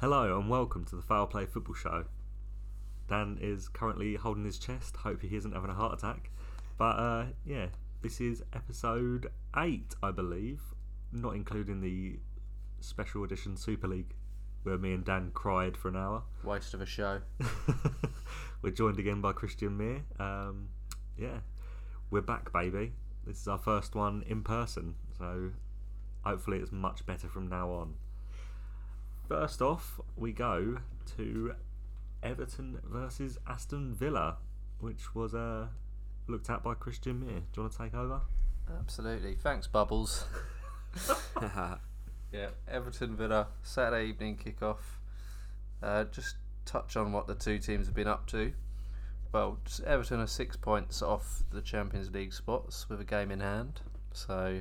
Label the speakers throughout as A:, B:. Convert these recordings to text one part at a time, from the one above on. A: Hello and welcome to the Foul Play Football Show. Dan is currently holding his chest. Hope he isn't having a heart attack. But uh, yeah, this is episode eight, I believe, not including the special edition Super League, where me and Dan cried for an hour.
B: Waste of a show.
A: We're joined again by Christian Mir. Um, yeah, we're back, baby. This is our first one in person, so hopefully it's much better from now on. First off, we go to Everton versus Aston Villa, which was uh, looked at by Christian Mir. Do you want to take over?
B: Absolutely. Thanks, Bubbles. yeah, Everton Villa, Saturday evening kickoff. Uh, just touch on what the two teams have been up to. Well, just Everton are six points off the Champions League spots with a game in hand. So,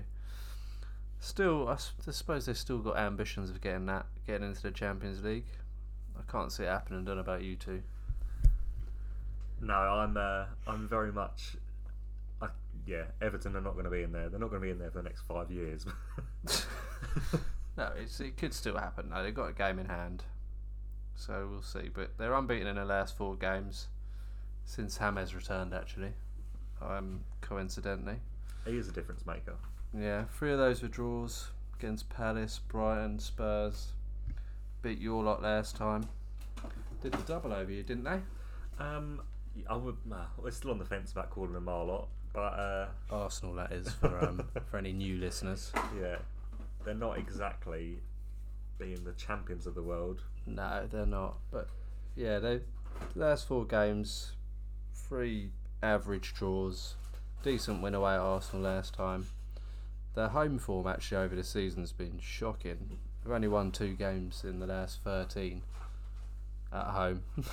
B: still, I s- I suppose they've still got ambitions of getting that, getting into the Champions League. I can't see it happening. Don't know about you two.
A: No, I'm uh, I'm very much. I, yeah, Everton are not going to be in there. They're not going to be in there for the next five years.
B: No, it's, it could still happen though. They've got a game in hand, so we'll see. But they're unbeaten in their last four games since James returned. Actually, um, coincidentally,
A: he is a difference maker.
B: yeah, three of those were draws against Palace, Brighton, Spurs. Beat your lot last time. Did the double over you, didn't they?
A: Um, I would. Uh, we're still on the fence about calling him Marlot, but uh,
B: Arsenal, that is for um, for any new listeners.
A: yeah, they're not exactly being the champions of the world.
B: No, they're not. But yeah, they last four games, three average draws, decent win away at Arsenal last time. Their home form actually over the season's been shocking. They've only won two games in the last thirteen at home.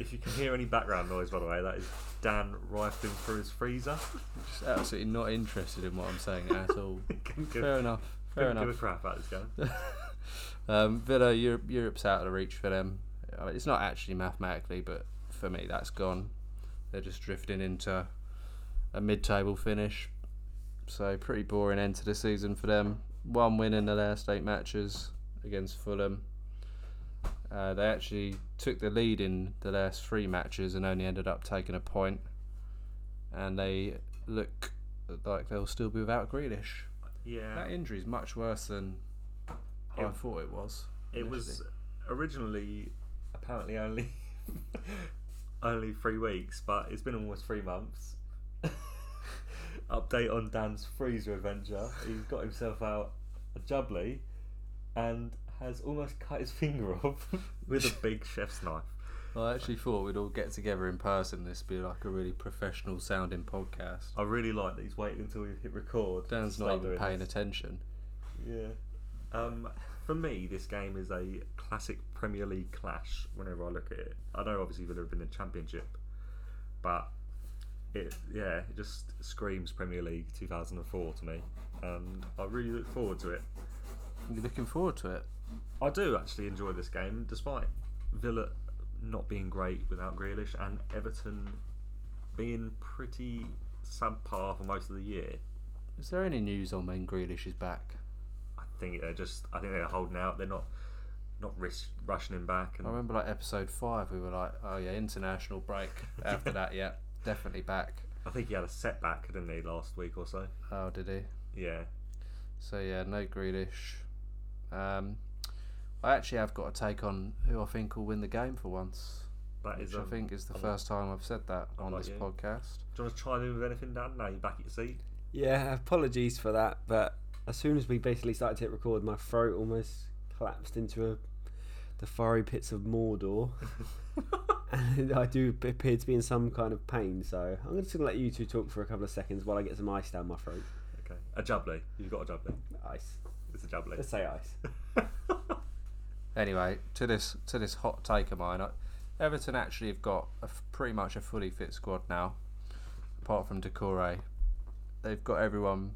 A: If you can hear any background noise, by the way, that is Dan rifling through his freezer.
B: Just absolutely not interested in what I'm saying at all.
A: Couldn't give-
B: Fair enough. Fair
A: couldn't
B: enough.
A: Give a crap about this guy.
B: Um, Villa, Europe, Europe's out of reach for them. I mean, It's not actually mathematically, but for me, that's gone. They're just drifting into a mid-table finish. So pretty boring end to the season for them. One win in the last eight matches against Fulham. Uh, they actually took the lead in the last three matches and only ended up taking a point. And they look like they'll still be without Grealish.
A: Yeah,
B: That injury is much worse than I
A: It-
B: thought it was.
A: It was originally apparently only only three weeks, but it's been almost three months. Update on Dan's freezer adventure. He's got himself out a jubbly and has almost cut his finger off with a big chef's knife.
B: I actually thought we'd all get together in person. This would be like a really professional sounding podcast.
A: I really like that he's waited until we hit record. to
B: Dan's not
A: start
B: even
A: doing
B: paying
A: this.
B: attention.
A: Yeah. Um, for me, this game is a classic Premier League clash whenever I look at it. I know obviously Villa have been in the Championship, but it yeah, it just screams Premier League 2004 to me, and I really look forward to it.
B: You're looking forward to it.
A: I do actually enjoy this game, despite Villa not being great without Grealish and Everton being pretty subpar for most of the year.
B: Is there any news on when Grealish is back?
A: I think they're just I think they're holding out. They're not not risk, rushing him back and
B: I remember like episode five, we were like, oh yeah, international break. After that, yeah, definitely back.
A: I think he had a setback, didn't he, last week or so?
B: Oh, did he?
A: Yeah.
B: So yeah, no Grealish. Um, I actually have got a take on who I think will win the game for once,
A: That
B: which
A: is.
B: I
A: Um,
B: think is the first time I've said that on
A: like
B: this
A: you.
B: podcast.
A: Do you want to chime in with anything, Dan? Now you're back at your seat.
C: Yeah, apologies for that, but as soon as we basically started to hit record, my throat almost collapsed into a, the fiery pits of Mordor, and I do appear to be in some kind of pain. So I'm just going to let you two talk for a couple of seconds while I get some ice down my throat.
A: Okay. A jubbly. You've got a jubbly.
C: Ice.
A: It's a jubbly.
C: Let's say ice.
B: Anyway, to this to this hot take of mine, I- Everton actually have got a f pretty much a fully fit squad now, apart from Decore. They've got everyone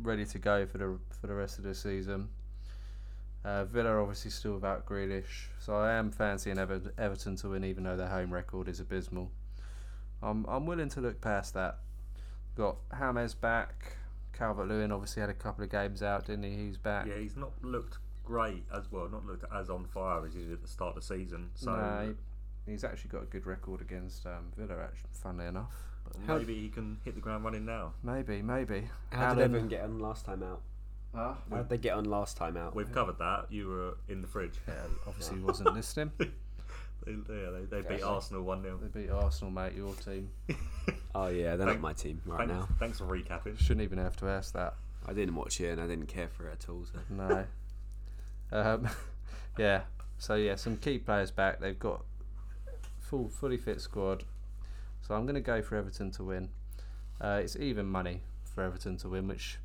B: ready to go for the for the rest of the season. Uh, Villa obviously still without Grealish, so I am fancying Ever- Everton to win, even though their home record is abysmal. I'm I'm willing to look past that. Got James back. Calvert Lewin obviously had a couple of games out, didn't he? He's back.
A: Yeah, he's not looked great as well. Not looked as on fire as he did at the start of the season. So
B: Nah, he- he's actually got a good record against um, Villa, actually, funnily enough. But
D: How-
A: maybe he can hit the ground running now
B: maybe, maybe.
D: How did
B: Alan-
D: everyone get on last time out?
B: Huh?
D: How did they get on last time out?
A: We've covered that. You were in the fridge.
B: Yeah, obviously he wasn't listening.
A: They, yeah, they, they beat
B: Exactly.
A: Arsenal 1 0.
B: They beat Arsenal, mate, your team.
D: Oh yeah, they're
A: Thank-
D: not my team right
A: thanks,
D: now.
A: thanks for recapping.
B: Shouldn't even have to ask that.
D: I didn't watch it and I didn't care for it at all. So.
B: No. um, yeah. So yeah, some key players back. They've got full, fully fit squad. So I'm going to go for Everton to win. Uh, it's even money for Everton to win, which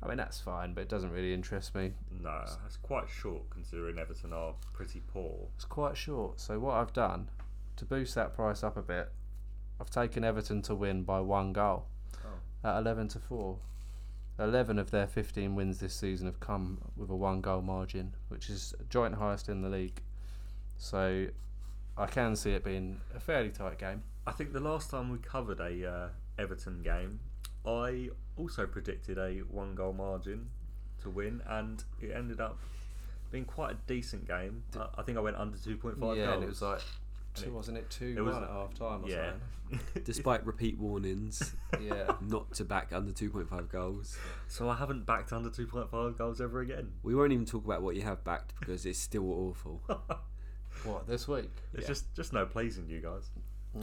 B: I mean that's fine, but it doesn't really interest me.
A: No, that's quite short considering Everton are pretty poor.
B: It's quite short. So what I've done to boost that price up a bit, I've taken Everton to win by one goal at 11 to four. 11 of their 15 wins this season have come with a one goal margin, which is joint highest in the league. So I can see it being a fairly tight game.
A: I think the last time we covered a uh, Everton game, I also predicted a one goal margin to win, and it ended up being quite a decent game. I, I think I went under 2.5 goals.
B: yeah, and it was like, two,
A: it-
B: wasn't it? 2
A: it was-
B: 1 at half time or
A: yeah.
D: Despite repeat warnings
B: something. Yeah.
D: not to back under 2.5 goals,
A: So I haven't backed under 2.5 goals ever again.
D: we won't even talk about what you have backed because it's still awful.
B: what, this week?
A: There's
D: Yeah.
A: just just no pleasing you guys.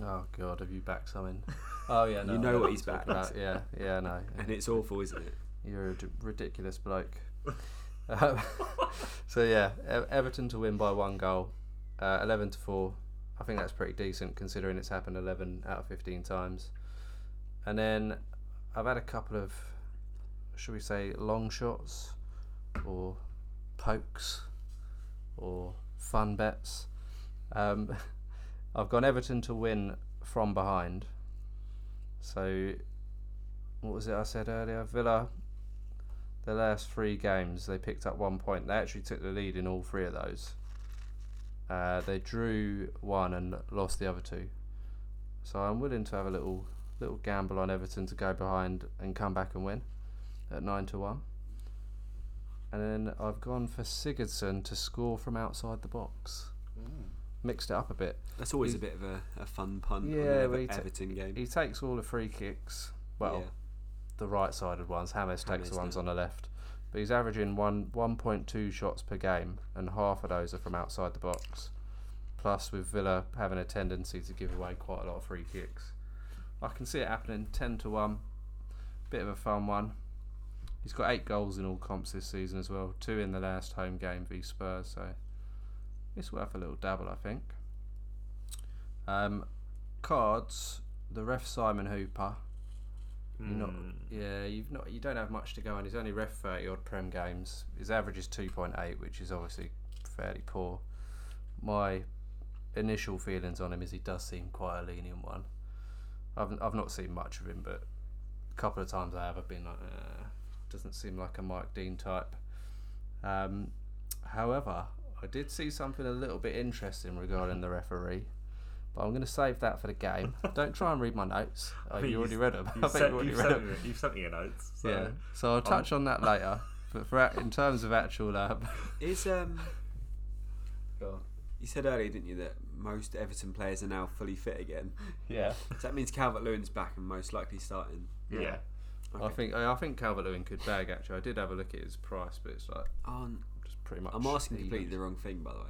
B: Oh, God, have you backed something? Oh, yeah, no.
D: You
B: I
D: know
B: what
D: what
B: I'm
D: he's
B: talking
D: backed.
B: about. Yeah, yeah, no.
D: And it's awful, isn't it?
B: You're a d- ridiculous bloke. um, so yeah, E- Everton to win by one goal, uh, eleven to four. I think that's pretty decent considering it's happened eleven out of fifteen times. And then I've had a couple of, should we say, long shots, or pokes, or fun bets. Um, I've gone Everton to win from behind. So, what was it I said earlier? Villa the last three games, they picked up one point. They actually took the lead in all three of those. Uh, they drew one and lost the other two. So I'm willing to have a little little gamble on Everton to go behind and come back and win at nine to one. And then I've gone for Sigurdsson to score from outside the box. Mixed it up a bit.
D: That's always
B: He-
D: a bit of a, a fun pun
B: Yeah,
D: on an Ever-
B: we ta-
D: Everton game.
B: He takes all the free kicks. Well,
D: Yeah.
B: the right-sided ones. Hammers takes
D: James
B: the ones
D: now.
B: on the left, but he's averaging one one point two shots per game, and half of those are from outside the box. Plus, with Villa having a tendency to give away quite a lot of free kicks, I can see it happening ten to one. Bit of a fun one. He's got eight goals in all comps this season as well. Two in the last home game v Spurs, so it's worth a little dabble, I think. Um, cards. The ref Simon Hooper you're not-
A: Hmm.
B: yeah, you've not you don't have much to go on. He's only ref thirty odd prem games. His average is two point eight, which is obviously fairly poor. My initial feelings on him is he does seem quite a lenient one. I've I've not seen much of him, but a couple of times I have I've been like, uh, doesn't seem like a Mike Dean type. Um, however, I did see something a little bit interesting regarding the referee. But I'm going to save that for the game. Don't try and read my notes. Oh,
A: mean,
B: you already read them.
A: You've, sent,
B: already
A: you've,
B: read 'em.
A: sent me, you've sent me your notes. So.
B: Yeah. So I'll touch on that later. But for a- in terms of actual, uh,
D: Is um, you said earlier, didn't you, that most Everton players are now fully fit again?
B: yeah,
D: So that means Calvert Lewin's back and most likely starting.
A: Yeah.
B: yeah. I
D: Okay.
B: think I I think Calvert Lewin could bag. Actually, I did have a look at his price, but it's like
D: Oh, n-
B: just pretty much.
D: I'm asking
B: even.
D: completely the wrong thing, by the way.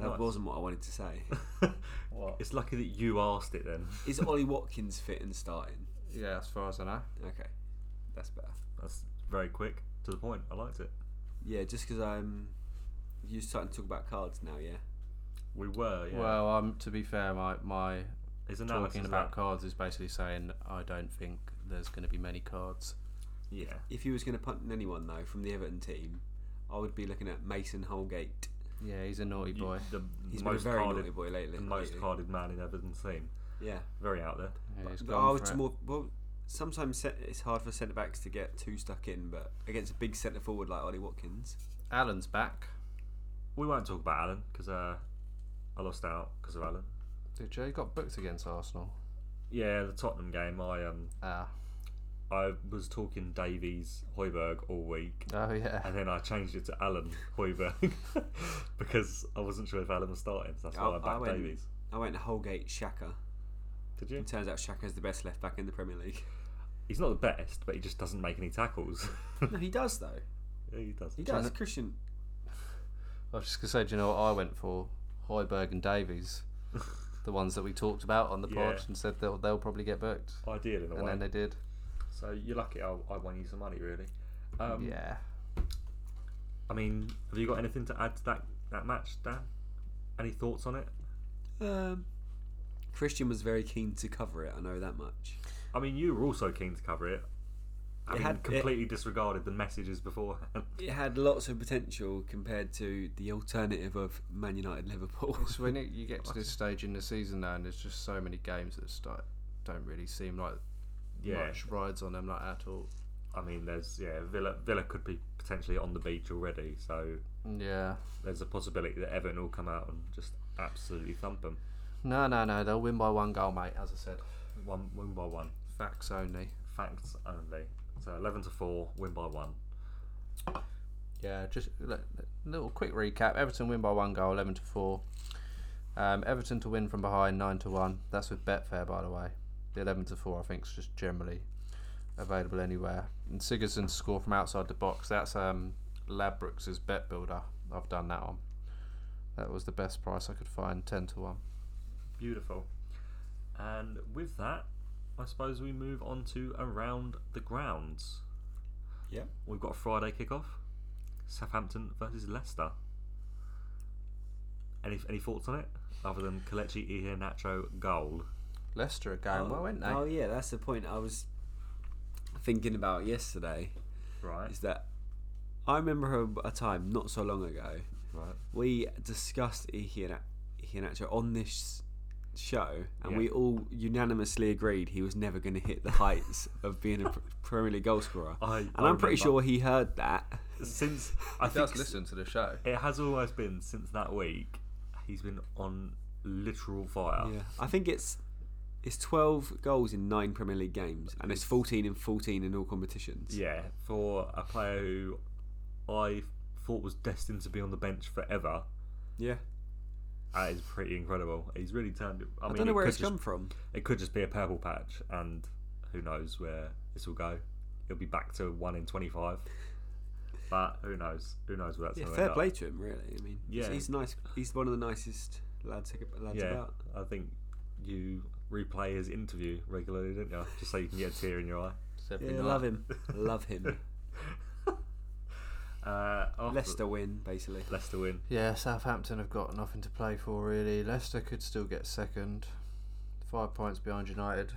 D: That
A: Nice.
D: wasn't what I wanted to say.
B: What?
A: It's lucky that you asked it then.
D: Is Ollie Watkins fit and starting?
B: Yeah, as far as I know.
D: Okay, that's better.
A: That's very quick to the point. I liked it.
D: Yeah, just because I'm. You're starting to talk about cards now, yeah?
A: We were. Yeah.
B: Well, um, to be fair, my my
A: His analysis of
B: talking about
A: that-
B: cards is basically saying I don't think there's going to be many cards.
A: Yeah.
D: If he was going to punt on anyone, though, from the Everton team, I would be looking at Mason Holgate.
B: Yeah, he's a naughty
A: You-
B: boy.
A: The
D: He's
A: most
D: been a very naughty
A: carded,
D: boy lately.
A: the most
D: lately.
A: carded man in Everton's team.
D: Yeah.
A: Very out there.
B: Yeah, he's
D: But I
B: gone
D: was
B: for it.
D: more. Well, sometimes se- it's hard for centre backs to get too stuck in, but against a big centre forward like Ollie Watkins,
B: Alan's back.
A: We won't talk about Alan because uh, I lost out because of Alan.
B: Did you? He got booked against Arsenal.
A: Yeah, the Tottenham game. I um,
B: Ah,
A: I was talking Davies Hoiberg all week,
B: Oh yeah.
A: and then I changed it to Alan Hoiberg because I wasn't sure if Alan was starting. So that's why
D: Oh,
A: I
D: I
A: backed
D: went-
A: Davies.
D: I went Holgate Shaka.
A: Did you?
D: It turns out Shaka's the best left back in the Premier League.
A: He's not the best, but he just doesn't make any tackles.
D: no, he does though.
A: yeah, he does.
D: He does. Christian.
B: I was just gonna say, do you know what I went for? Hoiberg and Davies, the ones that we talked about on the pod,
A: Yeah.
B: and said they'll they'll probably get booked,
A: Ideal in a
B: and
A: way.
B: then they did.
A: So you're lucky. I, I won you some money, really. Um,
B: yeah.
A: I mean, have you got anything to add to that that match, Dan? Any thoughts on it?
D: Um, Christian was very keen to cover it. I know that much.
A: I mean, you were also keen to cover it. I
D: had- it-
A: completely disregarded the messages beforehand.
D: It had lots of potential compared to the alternative of Man United Liverpool.
B: So when it, you get to this stage in the season now, and there's just so many games that start, don't really seem like
A: Yeah,
B: much rides on them, like at all.
A: I mean, there's yeah, Villa Villa could be potentially on the beach already, so
B: Yeah.
A: there's a possibility that Everton will come out and just absolutely thump them
B: No, no, no. They'll win by one goal, mate. As I said,
A: one one by one.
B: facts only.
A: Facts only. So eleven to four, win by one.
B: Yeah, just a little quick recap. Everton win by one goal, eleven to four. Um, Everton to win from behind, nine to one. That's with Betfair, by the way. The eleven to four, I think, is just generally available anywhere. And Sigurdsson to score from outside the box. That's um, Labrooks's bet builder. I've done that one. That was the best price I could find, ten to one.
A: Beautiful. And with that, I suppose we move on to around the grounds.
D: yeah.
A: We've got a Friday kickoff. Southampton versus Leicester. Any any thoughts on it? Other than Kelechi Iheanacho goal.
B: Leicester are going well, aren't they?
D: Oh yeah, that's the point I was thinking about yesterday.
A: Right.
D: Is that I remember a, a time not so long ago
A: Right.
D: we discussed Iheanacho on this show, and
A: Yeah.
D: we all unanimously agreed he was never going to hit the heights of being a pr- Premier League goal scorer.
A: I-
D: and
A: I
D: I'm pretty
A: remember.
D: sure he heard that.
A: Since I
B: He does
A: think s-
B: listen to the show.
A: it has almost been since that week he's been on literal fire.
D: Yeah, I think it's it's 12 goals in nine Premier League games, and it's 14 and 14 in all competitions.
A: Yeah, for a player who I thought was destined to be on the bench forever,
D: yeah.
A: that is pretty incredible. He's really turned. it- I,
D: I
A: mean,
D: don't know
A: it
D: where
A: could
D: it's
A: just-
D: come from.
A: It could just be a purple patch, and who knows where this will go. It'll be back to one in twenty-five, but who knows? Who knows where that's
D: Yeah,
A: going
D: fair
A: end
D: play
A: Up.
D: to him, really. I mean,
A: Yeah.
D: he's, he's nice. He's one of the nicest lads, lads
A: Yeah,
D: about.
A: I think you replay his interview regularly, don't you? Just so you can get a tear in your eye.
B: It's every
D: Yeah,
B: night.
D: love him. love him.
A: Uh, after-
D: Leicester win, basically.
A: Leicester win.
B: Yeah, Southampton have got nothing to play for really. Leicester could still get second, five points behind United.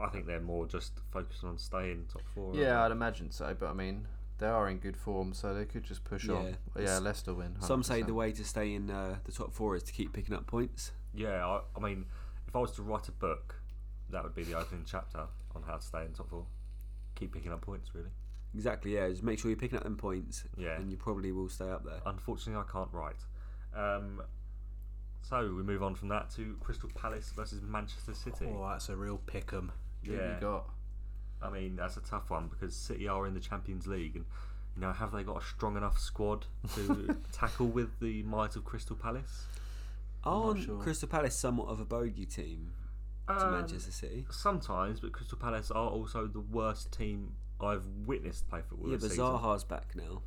A: I think they're more just focusing on staying top four. aren't
B: Yeah,
A: they?
B: I'd imagine so. But I mean, they are in good form, so they could just push on.
D: Yeah.
B: Yeah, Leicester win.
D: Some say
B: 100%.
D: the way to stay in uh, the top four is to keep picking up points.
A: Yeah, I, I mean, if I was to write a book, that would be the opening chapter on how to stay in top four. Keep picking up points, really.
D: Exactly, yeah. Just make sure you're picking up them points,
A: Yeah.
D: and you probably will stay up there.
A: Unfortunately, I can't write. Um, so we move on from that to Crystal Palace versus Manchester City.
B: Oh, that's a real pick 'em. Who have
A: Yeah.
B: you got?
A: I mean, that's a tough one because City are in the Champions League, and you know, have they got a strong enough squad to tackle with the might of Crystal Palace?
D: Aren't
B: sure.
D: Crystal Palace somewhat of a bogey team to
A: Um,
D: Manchester City?
A: Sometimes, but Crystal Palace are also the worst team I've witnessed play football
D: Yeah,
A: this
D: but
A: season.
D: Zaha's back now.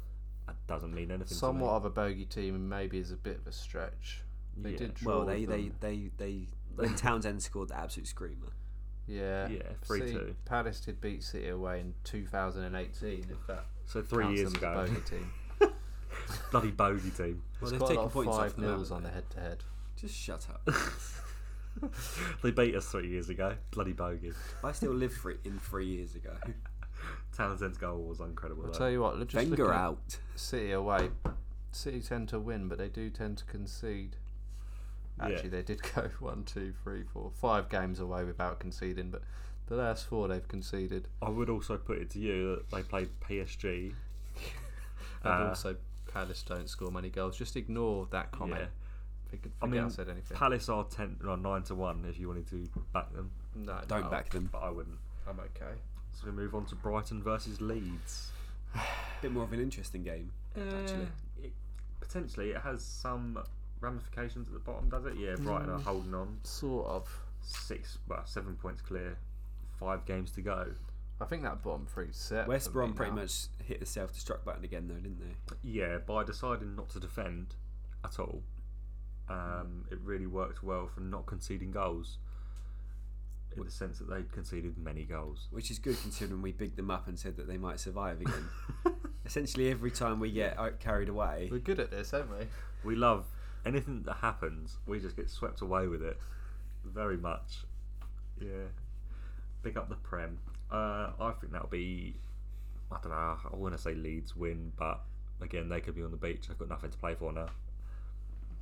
A: That doesn't mean anything.
B: Somewhat of a bogey team, and maybe is a bit of a stretch.
A: to
B: They
A: me.
B: did draw.
D: Well, they,
B: with
D: they,
B: them.
D: they, they, when Townsend scored the absolute screamer.
B: Yeah.
A: Yeah, 3-2.
B: City- Palace did beat City away in 2018. If that
A: So three
B: counts
A: years
B: them as
A: ago,
B: a bogey team.
A: bloody bogey team.
B: There's
D: Well, they've
B: quite a
D: taken
B: lot of
D: points off
B: five
D: them,
B: nils
D: haven't
B: on the
D: they?
B: head-to-head.
D: Just shut up.
A: they beat us three years ago. Bloody bogey.
D: I still live for it in three years ago.
A: Townsend's goal was incredible.
B: I'll
A: though.
B: tell you what. Just look
D: Wenger
B: at-
D: out.
B: City away, City tend to win, but they do tend to concede. Actually, they did go one, two, three, four, five games away without conceding, but the last four they've conceded.
A: I would also put it to you that they played PSG.
B: And
A: Uh,
B: also, Palace don't score many goals. Just ignore that
A: Oh,
B: comment. Forget,
A: I
B: forget I,
A: mean,
B: said anything.
A: Palace are ten, no, nine to one. If you wanted to back them,
B: no,
D: Don't
B: no,
D: back them.
A: but I wouldn't.
B: I'm okay.
A: So we move on to Brighton versus Leeds.
D: Bit more of an interesting game. Actually.
A: Uh, it, potentially it has some ramifications at the bottom, does it? Yeah, Brighton are holding on.
B: Sort of.
A: Six, well, seven points clear. Five games to go.
B: I think that bottom three's set.
D: West
B: for
D: Brom
B: me
D: pretty
B: now.
D: much hit the self-destruct button again, though, didn't they?
A: Yeah, by deciding not to defend at all, um,
D: Mm.
A: it really worked well for not conceding goals. In the sense that they conceded many goals.
D: Which is good considering we bigged them up and said that they might survive again. Essentially, every time we get out- carried away,
B: We're good at this, aren't we?
A: We love anything that happens, we just get swept away with it. Very much. Yeah. Pick up the Prem. Uh, I think that'll be. I don't know. I want to say Leeds win, but again, they could be on the beach. I've got nothing to play for now.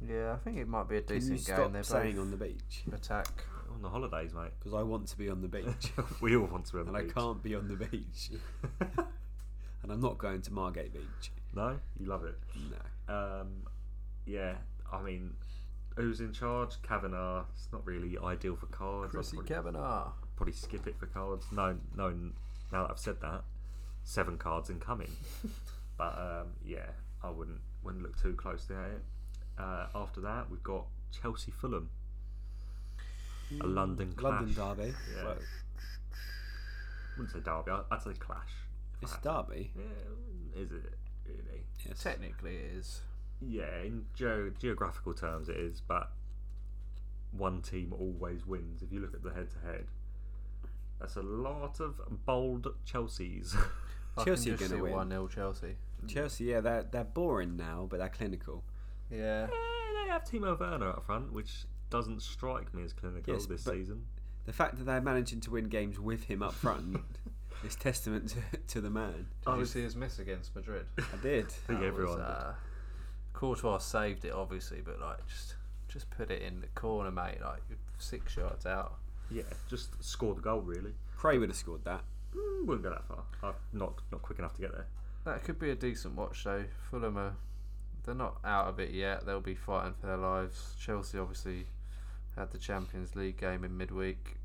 B: Yeah, I think it might be a
D: can you
B: decent game.
D: stop
B: They're
D: saying
B: both
D: on the beach?
B: attack.
A: On the holidays, mate.
D: Because I want to be on the beach,
A: we all want to be on the
D: and I
A: beach.
D: can't be on the beach. and I'm not going to Margate Beach.
A: No, you love it.
D: No.
A: Um, yeah, I mean, who's in charge? Kavanagh. It's not really ideal for cards. I'd
B: Chrissy
A: probably,
B: Kavanagh.
A: probably skip it for cards. No, no. Now that I've said that, seven cards incoming. but um, yeah, I wouldn't wouldn't look too closely at it. Uh, after that, we've got Chelsea Fulham, a London clash.
D: London Derby.
A: Yeah.
D: Well,
A: wouldn't say derby. I- I'd say clash. if I had
D: it's
A: to.
D: Derby.
A: Yeah, is it really?
D: Yes.
B: Technically, it is.
A: Yeah, in ge- geographical terms, it is, but one team always wins. If you look at the head to head, that's a lot of bold Chelsea's.
D: Chelsea
B: I
D: are
B: can just
D: gonna
B: see
D: win.
B: One 0 Chelsea.
D: Chelsea, yeah, they're, they're boring now, but they're clinical.
B: Yeah.
A: Eh, they have Timo Werner up front, which doesn't strike me as clinical
D: Yes,
A: this
D: but-
A: season.
D: The fact that they're managing to win games with him up front is testament to, to the man.
B: Did
A: Oh,
B: you see his miss against Madrid?
D: I did.
A: I think
B: That
A: everyone.
B: Was,
A: did.
B: uh, Courtois saved it, obviously, but like just just put it in the corner, mate. Like you're six yards out.
A: yeah, just score the goal really.
D: Cray would have scored that.
A: Mm, wouldn't go that far. I'm not not quick enough to get there.
B: That could be a decent watch, though. Fulham are they're not out of it yet. They'll be fighting for their lives. Chelsea obviously had the Champions League game in midweek.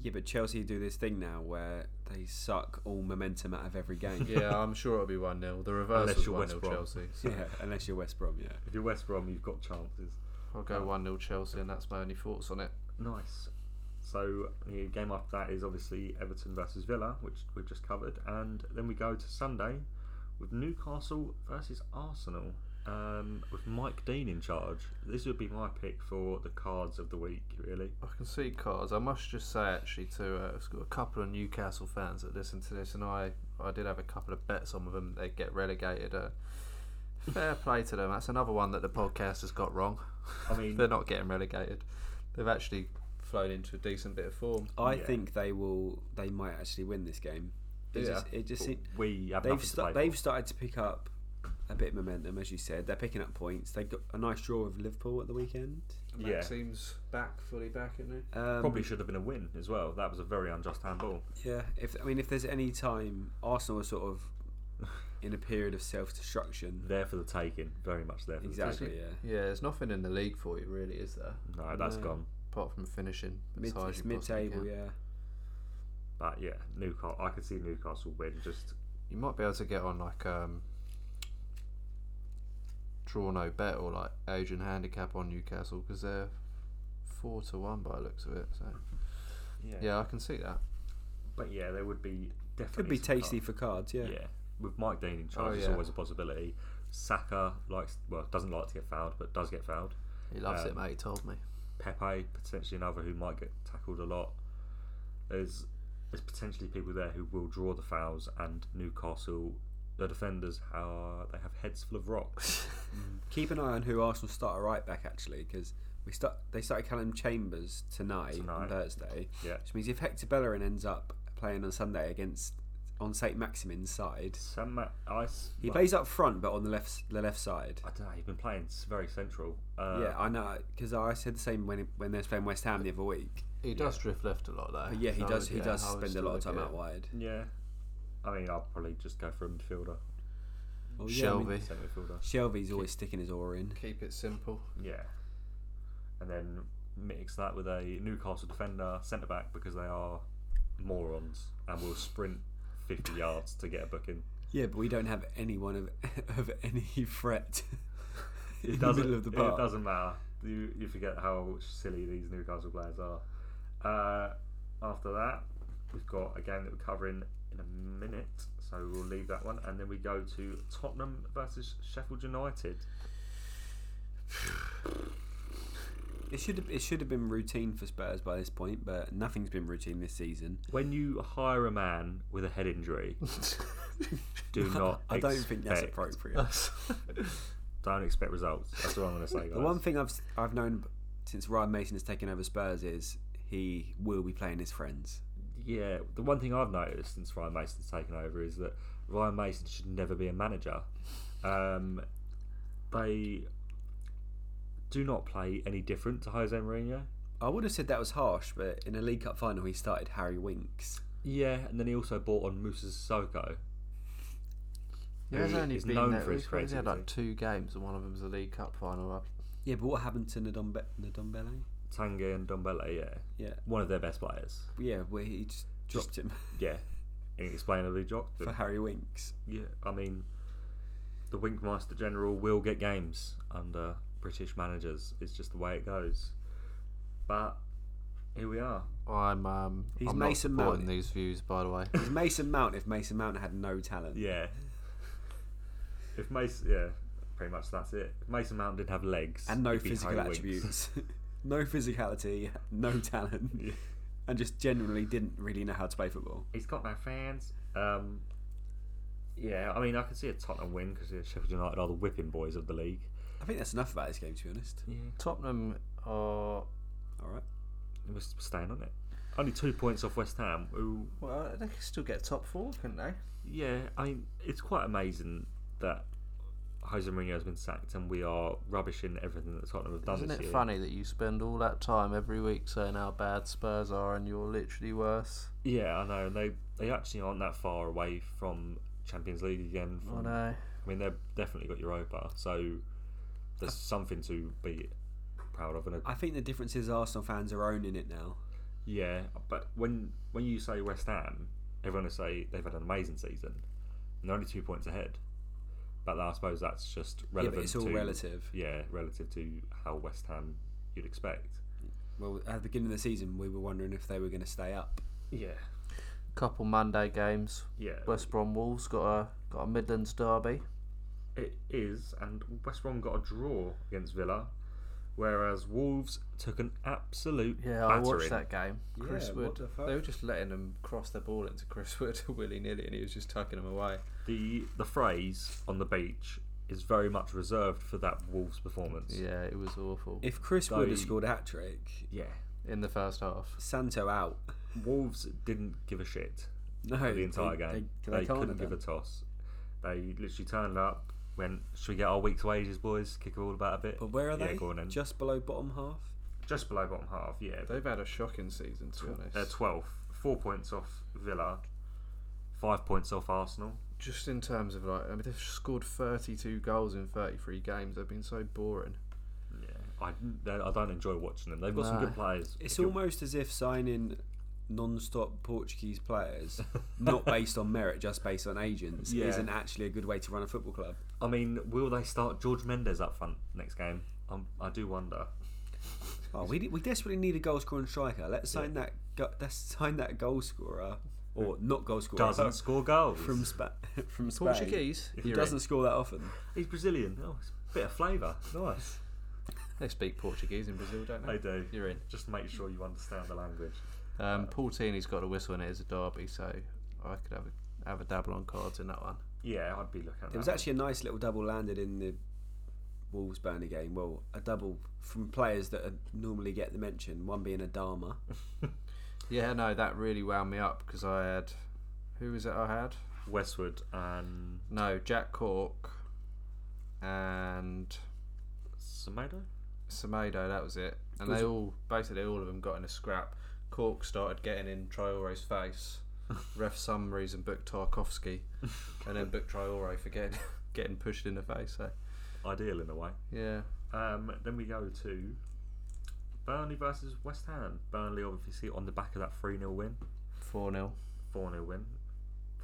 D: Yeah, but Chelsea do this thing now where they suck all momentum out of every game.
B: Yeah, I'm sure it'll be one 0 The reverse
A: Unless
B: was
A: you're
B: one
A: West
B: 0
A: Brom.
B: Chelsea. So
D: Yeah, unless you're West Brom, yeah.
A: If you're West Brom, you've got chances.
B: I'll go one 0 Chelsea, and that's my only thoughts on it.
A: Nice. So the game after that is obviously Everton versus Villa, which we've just covered, and then we go to Sunday with Newcastle versus Arsenal um, with Mike Dean in charge. This would be my pick for the cards of the week, really.
B: I can see cars. I must just say, actually, too, uh, I've got a couple of Newcastle fans that listen to this, and I, I did have a couple of bets on with them. They get relegated. Uh, fair play to them. That's another one that the podcast has got wrong.
A: I mean,
B: They're not getting relegated. They've actually flown into a decent bit of form.
D: I
A: Yeah.
D: think they will. They might actually win this game. It
B: Yeah.
D: just, it just seem-
A: we have
D: they've
A: nothing
D: sta-
A: to play
D: they've started to pick up a bit of momentum, as you said. They're picking up points. They got a nice draw with Liverpool at the weekend.
A: for. Yeah,
B: seems back, fully back, isn't it?
D: Um,
A: probably should have been a win as well. That was a very unjust handball.
D: Yeah, if I mean, if there's any time Arsenal are sort of in a period of self-destruction,
A: There for the taking, very much there. For
D: exactly. Yeah,
B: Yeah, there's nothing in the league for you, really, is there?
A: The taking. No, that's
D: No.
A: gone.
B: Apart from finishing as
D: Mid,
B: high as
D: it's
B: you possibly
D: mid-table.
B: can.
D: Yeah,
A: But yeah, Newcastle. I could see Newcastle win. Just
B: You might be able to get on like um, draw no bet or like Asian handicap on Newcastle because they're four to one by the looks of it. So yeah, I can see that.
A: But yeah, there would be definitely
D: could be
A: some
D: tasty
A: cards.
D: for cards. Yeah,
A: yeah. with Mike Dean in charge,
B: Oh,
A: it's
B: yeah.
A: always a possibility. Saka likes well doesn't like to get fouled, but does get fouled.
B: He loves it,
A: Um,
B: mate. He told me.
A: Pepe potentially another who might get tackled a lot. There's there's potentially people there who will draw the fouls, and Newcastle the defenders are they have heads full of rocks.
D: Keep an eye on who Arsenal start at right back actually, because we start they started Callum Chambers tonight,
A: Tonight.
D: on Thursday,
A: yeah,
D: which means if Hector Bellerin ends up playing on Sunday against on Saint Maximin's side,
A: Sam Ma- I s-
D: he
A: well,
D: plays up front but on the left the left side.
A: I don't know. He's been playing s- very central. Uh,
D: yeah, I know because I said the same when when they was playing West Ham the other week.
B: He does drift left a lot though.
D: But yeah, he
B: So,
D: does. He
B: yeah,
D: does
B: I would
D: spend a
B: still
D: lot of
B: look
D: time
B: at
D: out wide.
A: yeah. I mean, I'll probably just go for a midfielder,
D: Well, yeah, I mean,
B: Shelby.
A: centre midfielder.
D: Shelby's always sticking his oar in.
B: Keep it simple.
A: Yeah. And then mix that with a Newcastle defender, centre back, because they are morons and will sprint 50 yards to get a booking.
D: Yeah, but we don't have anyone of of any threat in
A: It
D: the
A: doesn't,
D: middle of the
A: It
D: park.
A: doesn't matter. You, you forget how silly these Newcastle players are. Uh, after that, we've got a game that we're covering in a minute, so we'll leave that one. And then we go to Tottenham versus Sheffield United.
D: It should have, it should have been routine for Spurs by this point, but nothing's been routine this season.
A: When you hire a man with a head injury, do not.
D: I don't think that's
A: expect-
D: appropriate.
A: Don't expect results. That's what I'm going to say. Guys.
D: The one thing I've s- I've known since Ryan Mason has taken over Spurs is he will be playing his friends.
A: yeah, the one thing I've noticed since Ryan Mason's taken over is that Ryan Mason should never be a manager. Um, they do not play any different to Jose Mourinho.
D: I would have said that was harsh, but in a League Cup final, he started Harry Winks.
A: Yeah, and then he also bought on Musa Sissoko.
B: Yeah, he's
A: He's
B: only been
A: known
B: there.
A: for his
B: he's only had like
A: creativity.
B: two games, and one of them's a League Cup final.
D: Yeah, but what happened to Ndombe- Ndombele?
A: Tanguy and Dombele, yeah.
D: Yeah,
A: One of their best players.
D: yeah, where he just dropped him
A: Yeah. Inexplainably dropped
D: for
A: them.
D: Harry Winks.
A: Yeah, I mean, the Winkmaster General will get games under British managers. It's just the way it goes. But here we are.
B: I'm um,
D: He's
B: I'm
D: Mason
B: not supporting
D: Mount.
B: these views, by the way.
D: Is Mason Mount if Mason Mount had no talent?
A: Yeah. If Mason, yeah, pretty much that's it. If Mason Mount did have legs
D: and no
A: he'd be
D: physical
A: Harry Winks.
D: attributes, no physicality, no talent,
A: Yeah.
D: and just generally didn't really know how to play football.
A: He's got no fans. Um, yeah, I mean, I can see a Tottenham win because Sheffield United are the whipping boys of the league.
D: I think that's enough about this game, to be honest.
A: Yeah,
B: Tottenham are
D: All right.
A: we're s- staying on it. Only two points off West Ham, who
B: well, they can still get top four, couldn't they?
A: Yeah, I mean, it's quite amazing that Jose Mourinho has been sacked and we are rubbishing everything that Tottenham have done
B: Isn't
A: this
B: it
A: year.
B: funny that you spend all that time every week saying how bad Spurs are, and you're literally worse?
A: Yeah, I know. And they they actually aren't that far away from Champions League again.
B: I
A: From, I,
B: know.
A: mean, they've definitely got Europa, so there's something to be proud of. And a,
D: I think the difference is Arsenal fans are owning it now.
A: yeah, but when when you say West Ham, everyone will say they've had an amazing season, and they're only two points ahead. But I suppose that's just relevant.
D: yeah, but it's all
A: to-
D: relative.
A: yeah, relative to how West Ham you'd expect.
D: Well, at the beginning of the season, we were wondering if they were going to stay up.
A: Yeah,
B: Couple Monday games.
A: yeah.
B: West Brom Wolves got a got a Midlands derby.
A: it is, and West Brom got a draw against Villa, whereas Wolves took an absolute
B: Yeah, I
A: battering.
B: watched that game. Chris
C: Yeah,
B: Wood.
C: what the fuck?
B: They were just letting him cross the ball into Chris Wood willy nilly, and he was just tucking him away.
A: The the phrase on the beach is very much reserved for that Wolves performance.
B: Yeah, it was awful.
D: If Chris Wood had
A: They-
D: scored a hat trick,
A: Yeah.
B: In the first half,
D: Santo out.
A: Wolves didn't give a shit
D: No,
A: for the entire
D: they,
A: game.
D: They, they, can't
A: couldn't give a toss. They literally turned up. Went, should we get our week's wages, boys? Kick it all about a bit.
D: But where are
A: yeah,
D: they?
A: Go on then. Just,
D: Just below bottom half.
A: below bottom half. Yeah,
E: They've had a shocking season, to be honest.
A: They're twelfth, four points off Villa, five points off Arsenal.
E: Just in terms of like, I mean, they've scored 32 goals in 33 games. They've been so boring.
A: Yeah, I, they- I don't enjoy watching them. They've got some
B: No.
A: good players.
D: It's
A: If you're-
D: almost as if signing non-stop Portuguese players, not based on merit, just based on agents,
A: Yeah.
D: isn't actually a good way to run a football club.
A: I mean, will they start George Mendes up front next game? Um, I do wonder.
D: Oh, we, we desperately need a goal scoring striker. Let's sign that. Go, let's sign that goal scorer or not goal scorer.
A: Doesn't score goals.
D: from Spa- from Spain.
B: Portuguese.
D: He doesn't score that often.
A: He's Brazilian. Oh, it's a bit of flavour. Nice.
B: They speak Portuguese in Brazil, don't
A: They
B: they?
A: do.
B: You're in.
A: Just make sure you understand the language.
B: Um, Paul Tini's got a whistle and it is a derby, so I could have a, have a dabble on cards in that one.
A: Yeah, I'd be looking at that.
D: It was
A: one.
D: actually a nice little double landed in the Wolves Burnley game. Well, a double from players that are, normally get the mention. One being Adama.
B: Yeah, no, that really wound me up because I had who was it I had?
A: Westwood and
B: No, Jack Cork and
A: Samedo?
B: Samedo. That was it. And
D: Was
B: they all basically all of them got in a scrap. Cork started getting in Triore's face. Ref for some reason booked Tarkovsky, and then booked Triore for getting getting pushed in the face. So
A: Ideal in a way.
B: yeah,
A: Um, then we go to Burnley versus West Ham. Burnley obviously on the back of that 3 0 win.
B: 4 0.
A: 4 0 win,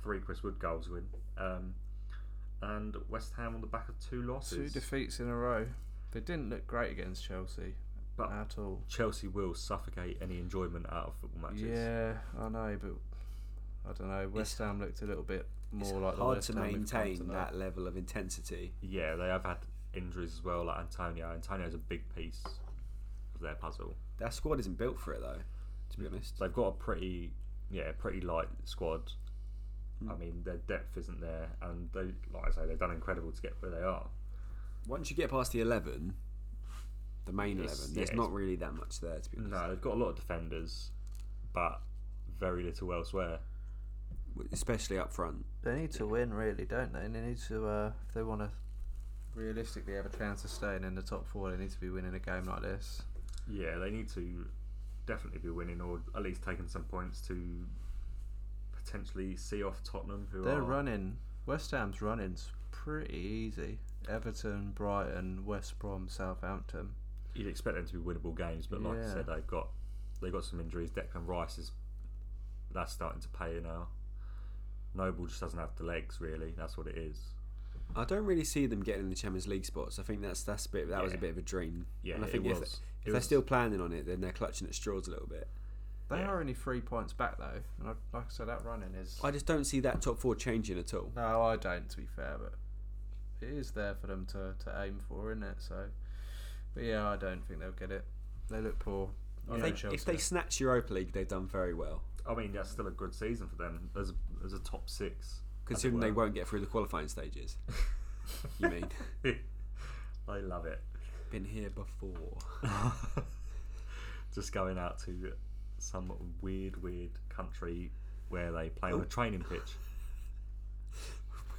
A: three Chris Wood goals win, um, and West Ham on the back of two
E: Two
A: losses.
E: defeats in a row.
B: They didn't look great against Chelsea
A: But-
B: at all.
A: Chelsea will suffocate any enjoyment out of football matches.
B: Yeah, I know, but I don't know. West Ham looked a little bit more
D: It's
B: like the
D: hard
B: West
D: to
B: Ham we've come to
D: maintain
B: know.
D: that level of intensity.
A: Yeah, they have had injuries as well, like Antonio. Antonio's a big piece of their puzzle.
D: Their squad isn't built for it though, to be honest.
A: They've got a pretty, yeah, pretty light squad. I mean, their depth isn't there, and they, like I say, they've done incredible to get where they are.
D: Once you get past the eleven, the main
A: It's-
D: eleven,
A: yeah,
D: there's
A: it's-
D: not really that much there to be honest.
A: No, they've got a lot of defenders, but very little elsewhere.
D: Especially up front.
B: They need to win, really, don't they? And they need to, uh, if they want to realistically have a chance of staying in the top four, they need to be winning a game like this.
A: Yeah, they need to definitely be winning, or at least taking some points to potentially see off Tottenham, who
B: They're
A: are
B: running. West Ham's running's pretty easy. Everton, Brighton, West Brom, Southampton.
A: you'd expect them to be winnable games, but like I
B: Yeah.
A: said, they've got they got some injuries. Declan Rice is that's starting to pay now. Noble just doesn't have the legs really. That's what it is.
D: I don't really see them getting in the Champions League spots. I think that's that's a bit that was a
A: Yeah.
D: bit of a dream.
A: Yeah,
D: and I
A: it
D: think if,
A: was.
D: if
A: It
D: they're
A: was-
D: still planning on it, then they're clutching at straws a little bit.
B: They
A: Yeah.
B: are only three points back though, and I, like I said, that running is.
D: I just don't see that top four changing at all.
B: No, I don't. To be fair, but it is there for them to, to aim for, isn't it? So, but yeah, I don't think they'll get it. They look poor. I
D: If
B: know
D: they, if they
B: Chelsea.
D: snatch Europa League, they've done very well.
A: I mean, that's still a good season for them. There's a, there's a top six. as it
D: Considering they
A: were.
D: won't get through the qualifying stages. you mean?
A: They love it.
D: Been here before.
A: just going out to some weird, weird country where they play on a training pitch.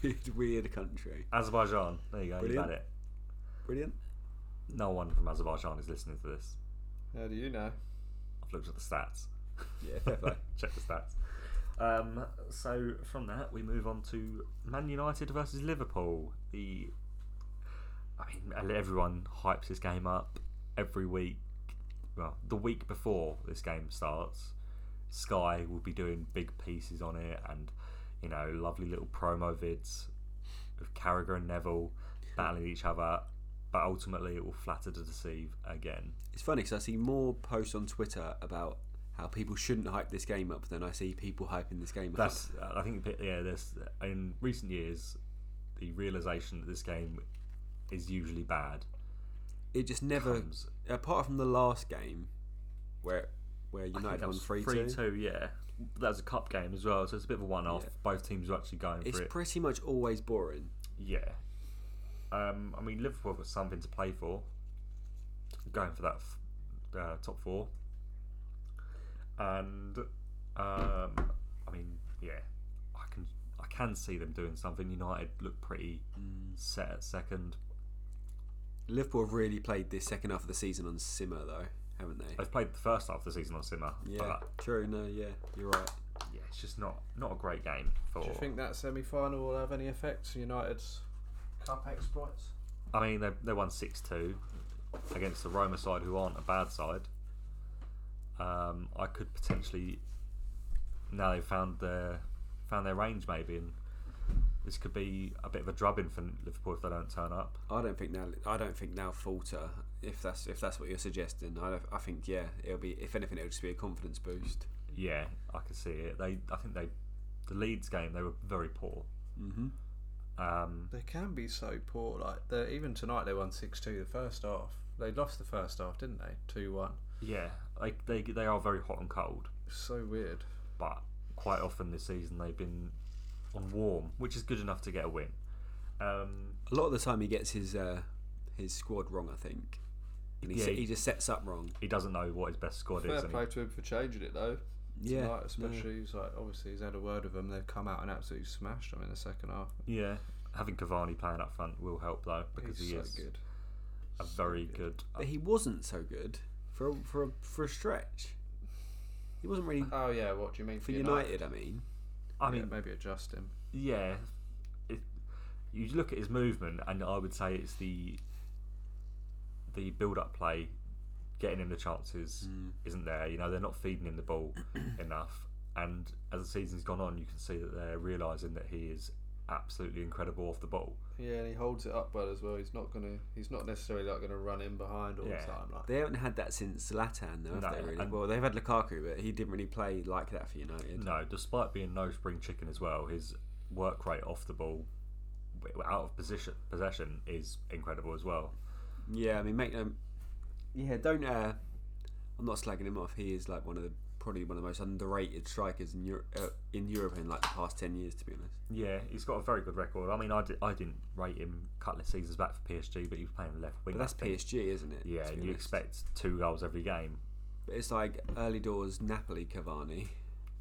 D: Weird, weird country.
A: Azerbaijan. There you go. You've
D: Brilliant.
A: had it.
D: Brilliant.
A: No one from Azerbaijan is listening to this.
E: How do you know?
A: I've looked at the stats.
D: Yeah, fair play.
A: Check the stats. Um, so from that, we move on to Man United versus Liverpool. The I mean, everyone hypes this game up every week. Well, the week before this game starts, Sky will be doing big pieces on it, and you know, lovely little promo vids of Carragher and Neville battling each other. But ultimately, it will flatter to deceive again.
D: It's funny because I see more posts on Twitter about how people shouldn't hype this game up than I see people hyping this game up.
A: That's I think yeah. There's in recent years the realization that this game is usually bad. Um,
D: It just never,
A: comes-
D: apart from the last game where where
A: I think
D: United
A: that
D: won
A: was
D: 3
A: three
D: 2,
A: two. Yeah, that was a cup game as well, so it's a bit of a one-off.
D: Yeah.
A: Both teams are actually going
D: it's
A: for it.
D: pretty much always boring.
A: yeah. Um, I mean, Liverpool have got something to play for. Going for that f- uh, top four, and um, I mean, yeah, I can I can see them doing something. United look pretty
D: Mm.
A: set at second.
D: Liverpool have really played this second half of the season on simmer though, haven't they?
A: They've played the first half of the season on Simmer,
D: Yeah,
A: but
D: true. No, yeah, you're right.
A: yeah, it's just not not a great game for.
E: Do you think that semi final will have any effect on United's cup exploits?
A: I mean, they they won six two against the Roma side, who aren't a bad side. Um, I could potentially now they've found their found their range maybe, and this could be a bit of a drubbing for Liverpool if they don't turn up.
D: I don't think now. I don't think now falter if that's if that's what you're suggesting. I, don't- I think yeah, it'll be if anything, it'll just be a confidence boost.
A: Yeah, I can see it. They I think they the Leeds game they were very poor.
D: Mm-hmm.
A: Um,
E: They can be so poor. Like they- even tonight, they won six two the first half. They lost the first half, didn't they? Two one.
A: yeah, like they they are very hot and cold.
E: So weird.
A: but quite often this season they've been on warm, which is good enough to get a win. Um,
D: A lot of the time, he gets his uh, his squad wrong. I think, and he,
A: Yeah,
D: se-
A: he-
D: he just sets up wrong.
A: he doesn't know what his best squad
E: Fair
A: is. and he-
E: play to him for changing it though.
D: Yeah,
E: tonight,
D: no.
E: especially he's like obviously he's had a word with them. They've come out and absolutely smashed them in the second half.
A: yeah, having Cavani playing up front will help though because
E: he's
A: he
E: so
A: is
E: good.
A: a very good.
D: But he wasn't so good for a, for a, for a stretch. He wasn't really
A: Uh,
E: Oh yeah, what do you mean
D: for United. I mean,
A: I
E: Yeah,
A: mean,
E: maybe adjust him.
A: yeah, it, you look at his movement, and I would say it's the the build-up play, getting him the chances isn't there. You know, they're not feeding him the ball enough, And as the season's gone on, you can see that they're realising that he is absolutely incredible off the ball.
E: Yeah, and he holds it up well as well. He's not gonna. He's not necessarily like gonna run in behind all
A: Yeah.
E: the time. Like
D: They haven't had that since Zlatan, though, have
A: No,
D: they? Really?
A: and-
D: well, they've had Lukaku, but he didn't really play like that for United.
A: No, despite being no spring chicken as well, his work rate off the ball, w- out of position possession, is incredible as well.
D: Yeah, I mean, make them. Yeah, don't. Uh, I'm not slagging him off. He is like one of the probably one of the most underrated strikers in Europe uh, in Europe in like the past ten years, to be honest.
A: Yeah, he's got a very good record. I mean, I, di- I didn't rate him a couple of seasons back for PSG, but he was playing left wing.
D: But that's
A: I think.
D: PSG, isn't it?
A: Yeah,
D: to be
A: and you
D: honest?
A: expect two goals every game.
D: But it's like early doors Napoli Cavani.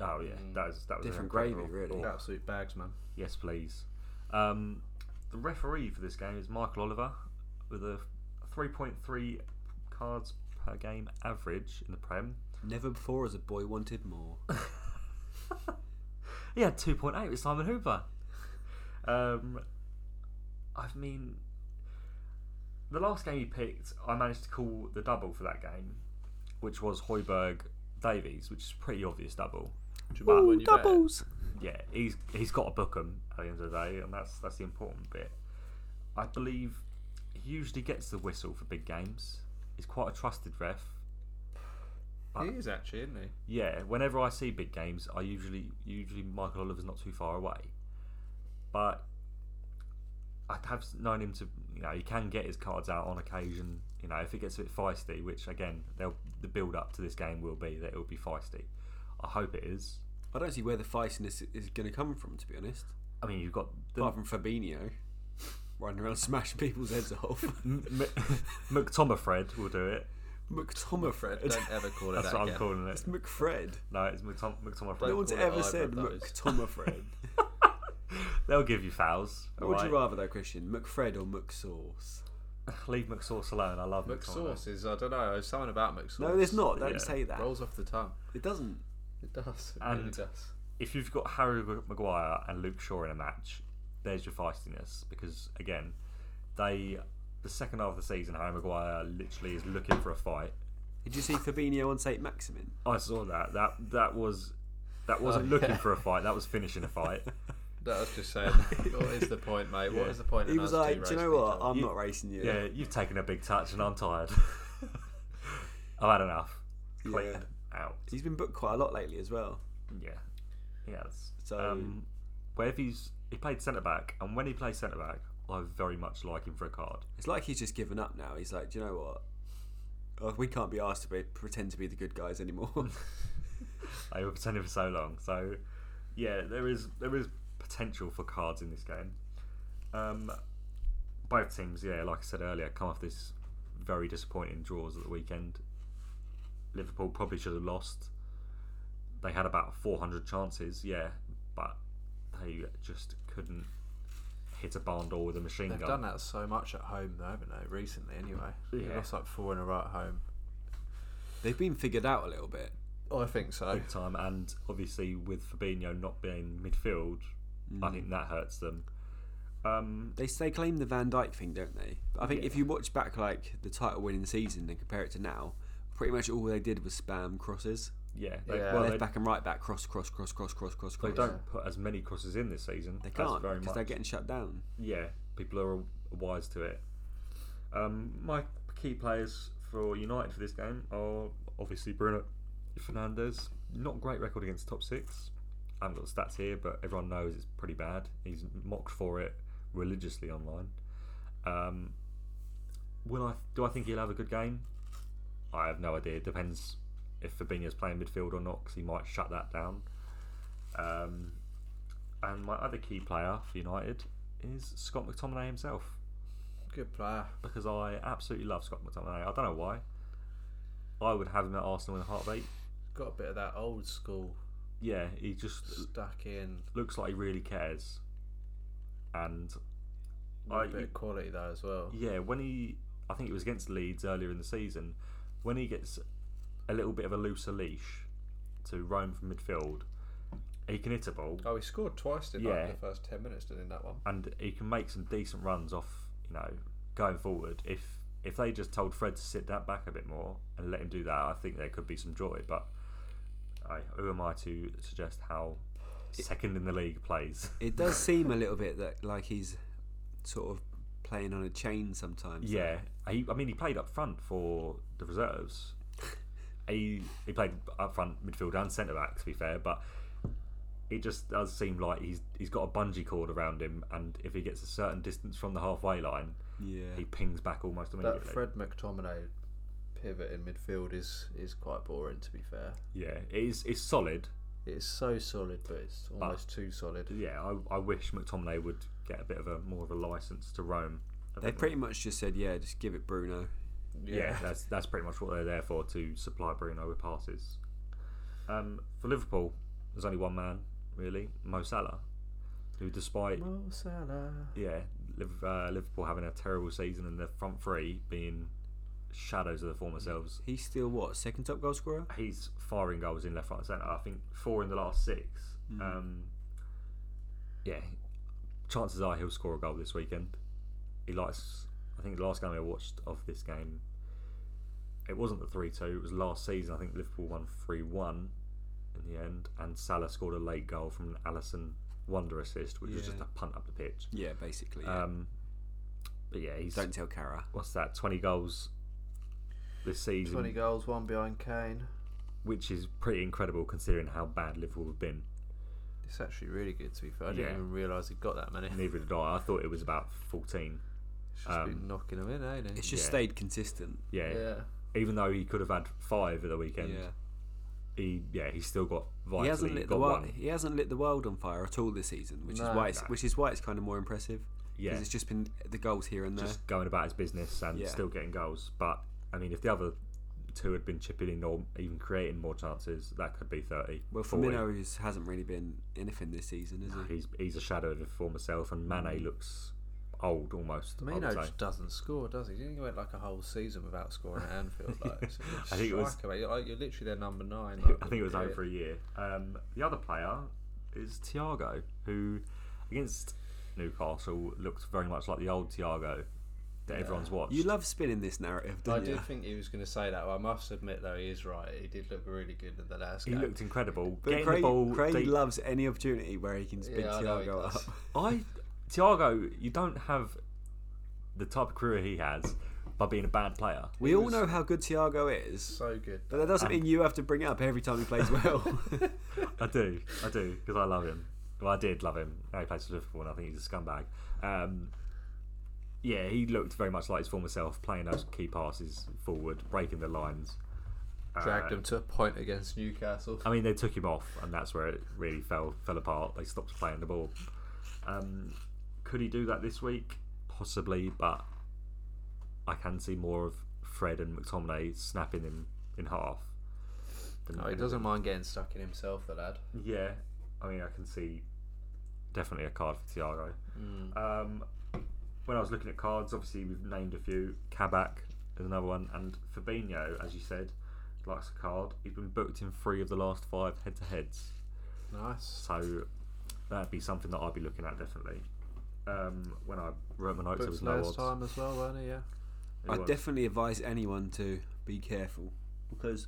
A: Oh yeah, that was that was an
D: Mm. Different gravy,
A: incredible
D: really.
A: ball.
D: Yeah.
E: absolute bags, man.
A: Yes, please. Um, the referee for this game is Michael Oliver, with a 3.3 cards per game average in the Prem.
D: Never before has a boy wanted more.
A: He had 2.8 with Simon Hooper. Um, I mean, the last game he picked, I managed to call the double for that game, which was Hoiberg Davies, which is a pretty obvious double. yeah, he's he's got to book 'em at the end of the day, and that's that's the important bit. I believe he usually gets the whistle for big games. He's quite a trusted ref.
E: He is actually, isn't he?
A: Yeah, whenever I see big games, I usually usually Michael Oliver's not too far away, but I have known him to you know he can get his cards out on occasion. You know if it gets a bit feisty, which again they'll, the build up to this game will be that it'll be feisty. I hope it is.
D: I don't see where the feistiness i- is going to come from, to be honest.
A: I mean you've got the
D: Apart from Fabinho running around smashing people's heads off.
A: M- McTomafred will do it.
D: McTomafred.
E: Don't ever call it
A: That's
E: that
A: what I'm
E: again.
A: calling it.
D: It's McFred.
A: No, it's McTom-
D: No
A: McTomafred.
D: one's
E: call it
D: ever
E: either
D: said
E: of those.
D: McTomafred.
A: They'll give you fouls.
D: What would
A: alright?
D: you rather though, Christian? McFred or McSauce?
A: Leave McSauce alone. I love McTomafred.
E: McSauce is. I don't know. There's something about McSauce.
D: No, there's not. Don't
A: Yeah.
D: say that.
E: Rolls off the tongue.
D: It doesn't.
E: It does. It
A: And-
E: really does.
A: If you've got Harry Mag- Maguire and Luke Shaw in a match, there's your feistiness because again, they the second half of the season, Harry Maguire literally is looking for a fight.
D: Did you see Fabinho on Saint Maximin?
A: I saw that. That that was that wasn't
D: Oh,
A: looking for a fight. That was finishing a fight.
E: That was just saying. what is the point, mate? What is the point?
D: He
E: in
D: was
E: us
D: like, "Do you
E: roasting
D: know
E: each
D: what?
E: other?"
D: I'm not racing you."
A: yeah, you've taken a big touch and I'm tired. I've had enough. Clean
D: Yeah.
A: out.
D: He's been booked quite a lot lately as well.
A: Yeah, he has.
D: So-
A: um, where if he's he played centre back, and when he plays centre back, I very much like him for a card.
D: It's like he's just given up now. He's like, "Do you know what? Oh, we can't be asked to be, pretend to be the good guys anymore."
A: I were pretending for so long. So yeah, there is there is potential for cards in this game. Um, both teams, yeah, like I said earlier, come off this very disappointing draws at the weekend. Liverpool probably should have lost. They had about 400 chances, yeah, but they just couldn't hit a barn door with a machine
E: They've
A: gun.
E: done that so much at home, though, haven't they? Recently, anyway.
A: Yeah.
E: They lost like four in a row at home.
D: They've been figured out a little bit.
E: Oh, I think so.
A: big time, and obviously with Fabinho not being midfield,
E: Mm.
A: I think that hurts them. Um,
D: They they claim the Van Dyke thing, don't they? But I think if you watch back like the title winning season and compare it to now, pretty much all they did was spam crosses.
A: yeah, they,
E: Yeah.
A: well,
D: Left
A: they,
D: back and right back cross cross cross cross cross cross
A: they
D: cross.
A: don't put as many crosses in this season.
D: They
A: That's
D: can't
A: very
D: because
A: much.
D: they're getting shut down.
A: yeah, people are wise to it. Um, my key players for United for this game are obviously Bruno Fernandes. Not great record against top six. I haven't got the stats here, but everyone knows it's pretty bad. He's mocked for it religiously online. Um, will I? Do I think he'll have a good game? I have no idea. It depends if Fabinho's playing midfield or not, because he might shut that down. Um, and my other key player for United is Scott McTominay himself
E: Good player.
A: because I absolutely love Scott McTominay. I don't know why. I would have him at Arsenal in a heartbeat.
E: Got a bit of that old school
A: Yeah, he just
E: stuck in.
A: looks like he really cares. And
E: with
A: I,
E: a bit of quality though as well.
A: yeah, when he, I think it was against Leeds earlier in the season, when he gets a little bit of a looser leash to roam from midfield, he can hit a ball.
E: Oh, he scored twice in
A: Yeah.
E: like, the first ten minutes, didn't he? in That one.
A: and he can make some decent runs off, you know, going forward. If if they just told Fred to sit that back a bit more and let him do that, I think there could be some joy. But I, who am I to suggest how second in the league plays?
D: It does seem a little bit that like he's sort of playing on a chain sometimes. though.
A: Yeah, he, I mean, he played up front for the reserves. he he played up front, midfield, and centre back. To be fair, but it just does seem like he's he's got a bungee cord around him, and if he gets a certain distance from the halfway line,
D: yeah.
A: he pings back almost immediately.
B: That Fred McTominay pivot in midfield is is quite boring. To be fair,
A: Yeah, it is. It's solid.
B: it's so solid, but it's almost too solid.
A: Yeah, I, I wish McTominay would get a bit of a more of a license to roam. I
D: They
A: think
D: pretty much just said, yeah, just give it Bruno.
A: Yeah, that's that's pretty much what they're there for to supply Bruno with passes. Um, for Liverpool, there's only one man really, Mo Salah, who, despite
B: Mo Salah.
A: yeah Liv- uh, Liverpool having a terrible season and the front three being shadows of the former selves,
D: He's still what second top goal scorer?
A: he's firing goals in left, right, and centre. I think four in the last six.
D: Mm.
A: Um, yeah, chances are he'll score a goal this weekend. He likes. I think the last game I watched of this game, it wasn't the three two. It was last season. I think Liverpool won three one in the end, and Salah scored a late goal from an Allison wonder assist, which was just
D: Yeah.
A: a punt up the pitch.
D: Yeah, basically. yeah.
A: Um, but yeah, he's
D: Uh, Don't tell Kara.
A: what's that? Twenty goals this season
B: Twenty goals, one behind Kane.
A: which is pretty incredible considering how bad Liverpool have been.
B: It's actually really good. To be fair, I didn't
A: Yeah.
B: even realise he got that many.
A: Neither did I. I thought it was about 14.
B: It's just been knocking them in, ain't
D: It's
B: it?
D: just
A: Yeah.
D: stayed consistent.
A: Um, Yeah.
B: Yeah.
A: Even though he could have had five at the weekend,
D: yeah.
A: he yeah he's still got
D: he
A: vitally
D: hasn't lit the
A: got
D: world.
A: one.
D: He hasn't lit the world on fire at all this season, which
B: No.
D: is why it's, which is why it's kind of more impressive.
A: Yeah,
D: Because it's just been the goals here and there.
A: just going about his business and
D: Yeah.
A: still getting goals. But I mean, if the other two had been chipping in or even creating more chances, that could be 30.
D: well,
A: 40.
D: Firmino is, hasn't really been anything this season, is he?
A: he's he's a shadow of his former self, and
D: Mm.
A: Mane looks old almost. I, would
B: Firmino
A: say.
B: just doesn't score, does he? He went like a whole season without scoring at Anfield. Like, it's a
A: I think it was-
B: striker, mate. You're, like, you're literally their number nine.
A: I
B: like,
A: think it was
B: yeah.
A: over for a year. Um, the other player is Thiago, who against Newcastle looked very much like the old Thiago that everyone's watched.
D: You love spinning this narrative,
B: I
D: don't you?
B: did think he was going to say that. I must admit, though, he is right. He did look really good in the last
A: he
B: game.
A: looked incredible.
D: But
A: Getting
D: Craig,
A: the ball
D: Craig
A: deep.
D: loves any opportunity where he can spin
B: Yeah, I know he
D: Thiago up.
B: does.
A: I Thiago, you don't have the type of career he has by being a bad player.
D: We all know how good Thiago is,
B: so good.
D: but that doesn't mean you have to bring it up every time he plays well.
A: I do, I do, because I love him. Well, I did love him. Now he plays for Liverpool, and I think he's a scumbag. Um, yeah, he looked very much like his former self, playing those key passes forward, breaking the lines.
B: Dragged him to a point against Newcastle.
A: I mean, they took him off, and that's where it really fell fell apart. They stopped playing the ball. Um, could he do that this week? Possibly, but I can see more of Fred and McTominay snapping him in half. than-
B: No, he doesn't mind getting stuck in himself, the lad.
A: Yeah, I mean, I can see definitely a card for Thiago.
B: Mm.
A: Um, when I was looking at cards, obviously we've named a few. Kabak is another one, and Fabinho, as you said, likes a card. He's been booked in three of the last five head-to-heads.
B: Nice.
A: So that'd be something that I'd be looking at definitely. Um, when I wrote my notes, there
B: Booked
A: was no
B: last
A: odds.
B: time as well, weren't he? Yeah.
A: It
D: I
A: was-
D: definitely advise anyone to be careful because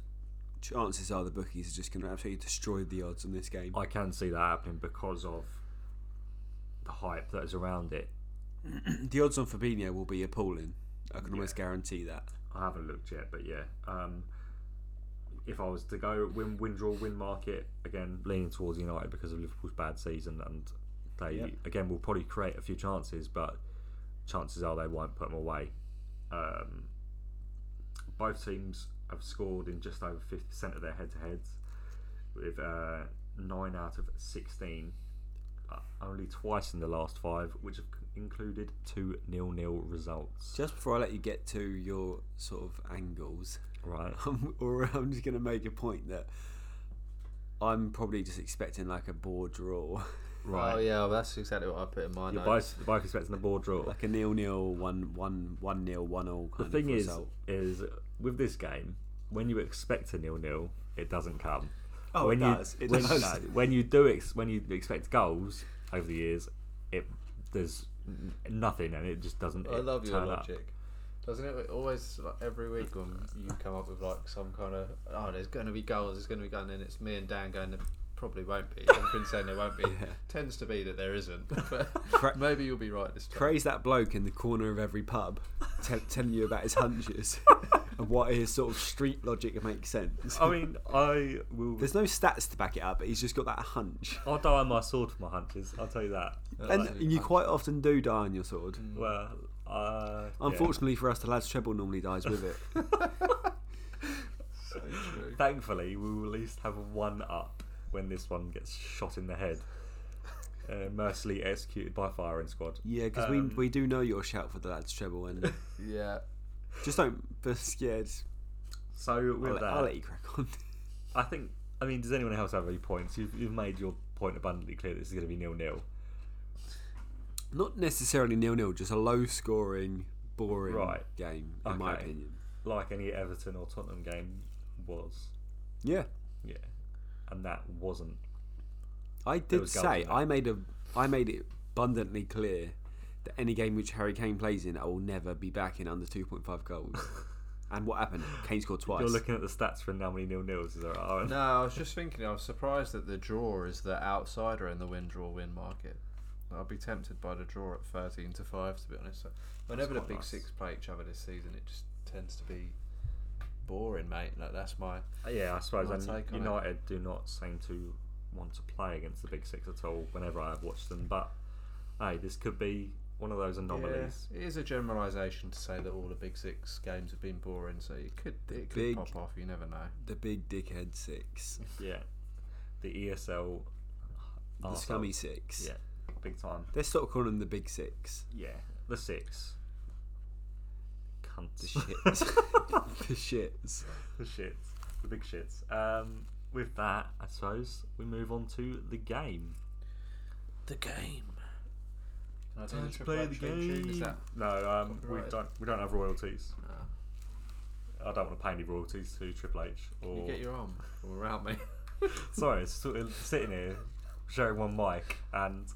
D: chances are the bookies are just going to absolutely destroy the odds on this game.
A: I can see that happening because of the hype that is around it.
D: the odds on Fabinho will be appalling. I can almost guarantee that.
A: I haven't looked yet, but yeah. Um, if I was to go win, win, draw, win market again, leaning towards United because of Liverpool's bad season, and they again will probably create a few chances, but chances are they won't put them away. Um, both teams have scored in just over fifty percent of their head-to-heads, with uh, nine out of sixteen. uh, Only twice in the last five, which have included two nil-nil results.
D: Just before I let you get to your sort of angles,
A: Right?
D: I'm, or I'm just going to make a point that I'm probably just expecting like a board draw,
A: Right.
B: Oh, yeah, well, that's exactly what I put in my
A: You're
B: notes.
A: both, you're both expecting a board draw.
D: like a nil-nil, one one one nil, one all
A: the
D: kind
A: thing
D: of
A: is,
D: result.
A: is with this game, when you expect a nil-nil, it doesn't come.
D: Oh,
A: when
D: it
A: you,
D: does. It
A: when,
D: does.
A: no, when you do, ex- when you expect goals over the years, it there's n- nothing, and it just doesn't.
B: I
A: it
B: love your
A: turn up.
B: logic. Doesn't it? it? Always like every week when you come up with like some kind of oh, there's going to be goals, there's going to be goals, and then it's me and Dan going. There probably won't be. I've been saying there won't be. Tends to be that there isn't. But
D: Cra-
B: maybe you'll be right this time.
D: Craig's that bloke in the corner of every pub tell telling you about his hunches and what his sort of street logic makes sense.
A: I mean, I will.
D: There's no stats to back it up, but he's just got that hunch.
A: I'll die on my sword for my hunches. I'll tell you that.
D: And, and you quite often do die on your sword.
A: Well, uh,
D: Unfortunately for us, the lad's treble normally dies with it.
B: So true.
A: yeah. thankfully, we will at least have one up when this one gets shot in the head, uh, mercilessly executed by firing squad.
D: Yeah, because
A: Um,
D: we, we do know your shout for the lad's treble, and
B: Yeah.
D: just don't be scared.
A: So with
D: I'll, let-
A: that,
D: I'll let you crack on.
A: I think. I mean, does anyone else have any points? You've, you've made your point abundantly clear. This is going to be nil nil.
D: Not necessarily nil nil, just a low scoring, boring
A: Right.
D: game, in my
A: Okay.
D: opinion.
A: like any Everton or Tottenham game was.
D: Yeah,
A: Yeah. And that wasn't.
D: I did
A: was goals
D: say
A: in there.
D: I made a I made it abundantly clear that any game which Harry Kane plays in, I will never be back in under two point five goals. and what happened? Kane scored twice.
A: You're looking at the stats for how many nil nils is there are.
B: No, I was just thinking. I was surprised that the draw is the outsider in the win draw win market. I'd be tempted by the draw at thirteen to five. To be honest, So whenever the
A: quite
B: big
A: nice.
B: six play each other this season, it just tends to be boring, mate. Like that's my
A: Uh, Yeah, I suppose.
B: I'll
A: And
B: take on it.
A: United do not seem to want to play against the Big Six at all whenever I have watched them. But hey, this could be one of those anomalies.
B: Yeah, it is a generalisation to say that all the big six games have been boring, so it could it could
D: Big-
B: pop off. You never know.
D: the big dickhead six,
A: Yeah. The E ESL.
D: the
A: arseholes.
D: scummy six.
A: Yeah. Big time.
D: Let's stop calling them the big six.
A: Yeah. The six. Cunts.
D: The shits.
A: the
D: the shits.
A: shits, the big shits. Um, with that, I suppose we move on to the game.
B: The game. Can I do
A: Let's
B: the
A: play
B: Triple
A: the
B: H theme tune? Is
A: game.
B: that
A: No, um, we
B: Copyright.
A: don't. We don't have royalties.
B: No.
A: I don't want to pay any royalties to Triple H. Or
B: you get your arm around me?
A: sorry, it's sort of sitting here sharing one mic, and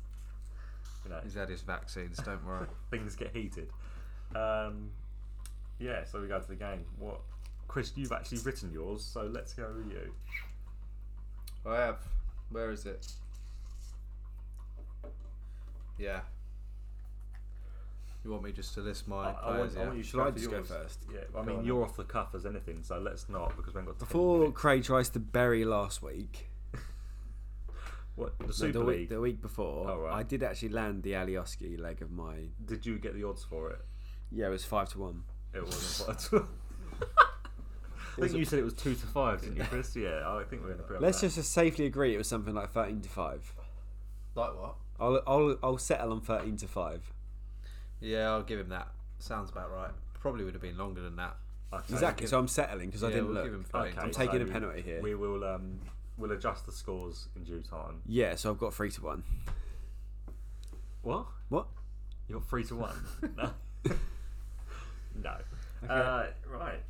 A: you know
B: He's had his vaccines. Don't worry.
A: things get heated. Um, yeah, so we go to the game. What, Chris? You've actually written yours, so let's go with you.
B: I have. Where is it? Yeah. You want me just to list
A: I,
B: my
A: I want,
B: players?
A: I
B: yeah?
A: want you to
D: Shall I
A: for
D: just go
A: yours.
D: first?
A: Yeah, I
D: on
A: mean
D: then.
A: you're off the cuff as anything, so let's not because we haven't got ten
D: Before
A: minutes.
D: Craig tries to bury last week,
A: What the
D: no,
A: Super
D: the, week
A: League?
D: the week before,
A: Oh, right.
D: I did actually land the Alioski leg of my.
A: Did you get the odds for it?
D: Yeah, it was five to one.
A: It wasn't. but- I think you said it was two to five, didn't you, Chris? Yeah, I think we're going to put up
D: Let's
A: that.
D: just safely agree it was something like thirteen to five.
B: Like what?
D: I'll I'll, I'll settle on thirteen to five.
B: Yeah, I'll give him that. Sounds about right. Probably would have been longer than that.
A: Okay.
D: Exactly. So I'm settling because I
B: yeah,
D: didn't
B: we'll
D: look.
B: give him
A: Okay,
B: 13.
D: I'm taking a
A: so
D: penalty here.
A: We will um, we'll adjust the scores in due time.
D: Yeah, so I've got three to one.
A: What?
D: What?
A: You're three to one? no. no. Uh, right.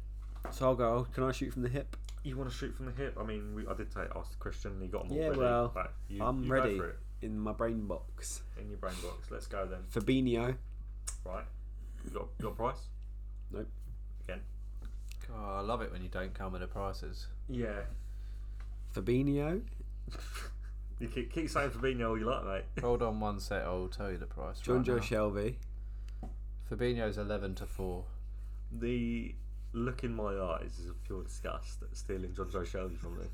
D: So I'll go. Can I shoot from the hip?
A: You want to shoot from the hip? I mean, we, I did take ask Christian. and He got them all
D: Yeah,
A: ready.
D: well,
A: but you,
D: I'm
A: you go
D: ready.
A: for it
D: In my brain box.
A: in your brain box. Let's go then.
D: Fabinho.
A: Right. Your your price.
D: Nope.
A: Again.
B: Oh, I love it when you don't come with the prices.
A: Yeah.
D: Fabinho.
A: You keep, keep saying Fabinho all you like, mate.
B: Hold on one sec, I'll tell you the price.
D: John
B: right
D: Joe
B: now.
D: Shelby.
B: Fabinho's 11 to 4.
A: The look in my eyes is of pure disgust at stealing John Joe Shelby from me.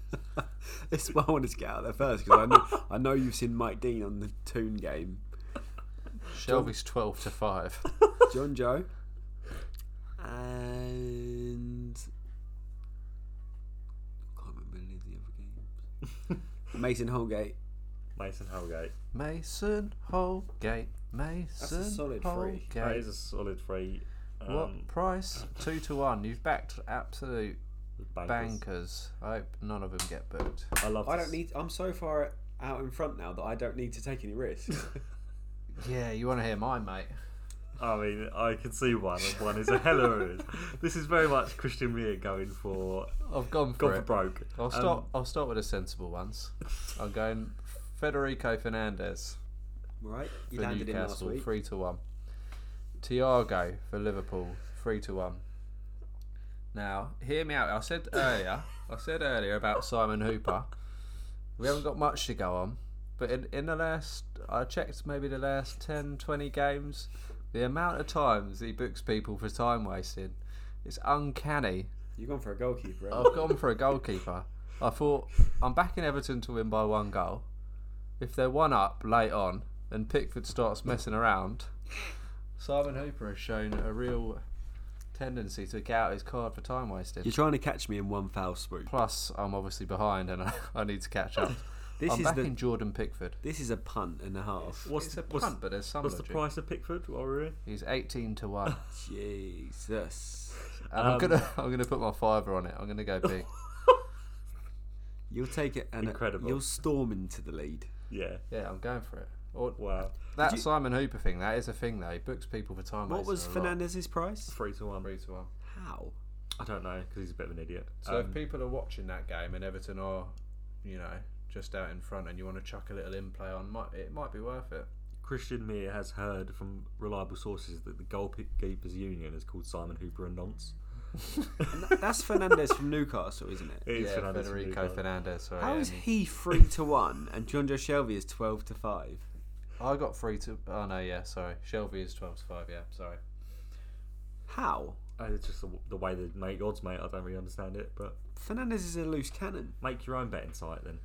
D: This is why I wanted to get out there first because I know I know you've seen Mike Dean on the Toon game.
B: Shelby's 12 to 5.
D: John Joe. And I can't remember any of the other games. Mason Holgate.
A: Mason Holgate.
B: Mason Holgate. Mason
D: solid
B: Holgate.
D: three.
A: That is a solid three. Um,
B: What price? 2 to 1. You've backed absolute
A: bankers.
B: bankers. I hope none of them get booked.
A: I love.
F: I
A: to
F: don't
A: s-
F: need. I'm so far out in front now that I don't need to take any risks.
B: Yeah, you want to hear mine, mate?
A: I mean, I can see one, and one is a heller. this is very much Christian Meir going for
B: I've gone for
A: gone
B: it.
A: for broke.
B: I'll
A: Um,
B: start. I'll start with the sensible ones. I'm going Federico Fernandez.
F: right? You
B: for
F: landed him last
B: Newcastle,
F: week.
B: three to one. Tiago for Liverpool, three to one. Now, hear me out. I said earlier, I said earlier about Simon Hooper. We haven't got much to go on, but in, in the last, I checked maybe the last 10, 20 games, the amount of times he books people for time wasting, it's uncanny.
D: You've gone for a goalkeeper. haven't
B: I've gone for a goalkeeper. I thought I'm backing Everton to win by one goal. If they're one up late on and Pickford starts messing around, Simon Hooper has shown a real tendency to get out his card for time wasting.
D: You're trying to catch me in one foul swoop.
B: Plus, I'm obviously behind and I, I need to catch up.
D: This
B: I'm
D: is
B: backing
D: the
B: Jordan Pickford.
D: this is a punt and a half.
A: What's
B: it's
A: the,
B: a
A: what's,
B: punt, but there's some
A: what's the
B: logic.
A: price of Pickford while we're here?
B: He's 18 to one,
D: Jesus,
B: and
D: Um,
B: I'm gonna I'm gonna put my fiver on it. I'm gonna go big.
D: you'll take it and
A: Incredible.
D: You'll storm into the lead.
A: Yeah.
B: Yeah, I'm going for it. Or,
A: Wow.
B: that Simon Hooper thing, that is a thing though. He books people for time
D: What
B: wasting
D: was
B: a lot.
D: Fernandez's price?
A: Three to one.
B: Three to one.
D: How?
A: I don't know because he's a bit of an idiot.
B: So
A: Um,
B: if people are watching that game and Everton are, you know, just out in front and you want to chuck a little in play on, might it might be worth it.
A: Christian Meir has heard from reliable sources that the goalkeepers union is called Simon Hooper and nonce.
D: And that- That's Fernandez from Newcastle, isn't it?
A: It is Fernandes from
B: Federico
A: Newcastle.
B: Fernandez. Sorry,
D: How
B: yeah,
D: is
B: and
D: he three to one and John Joe Shelby is twelve to five?
B: I got three to. Oh no, yeah, sorry. Shelby is twelve to five. Yeah, sorry.
D: How?
A: Uh, It's just the, the way they make odds, mate. I don't really understand it, but
D: Fernandez is a loose cannon.
A: make your own betting site then.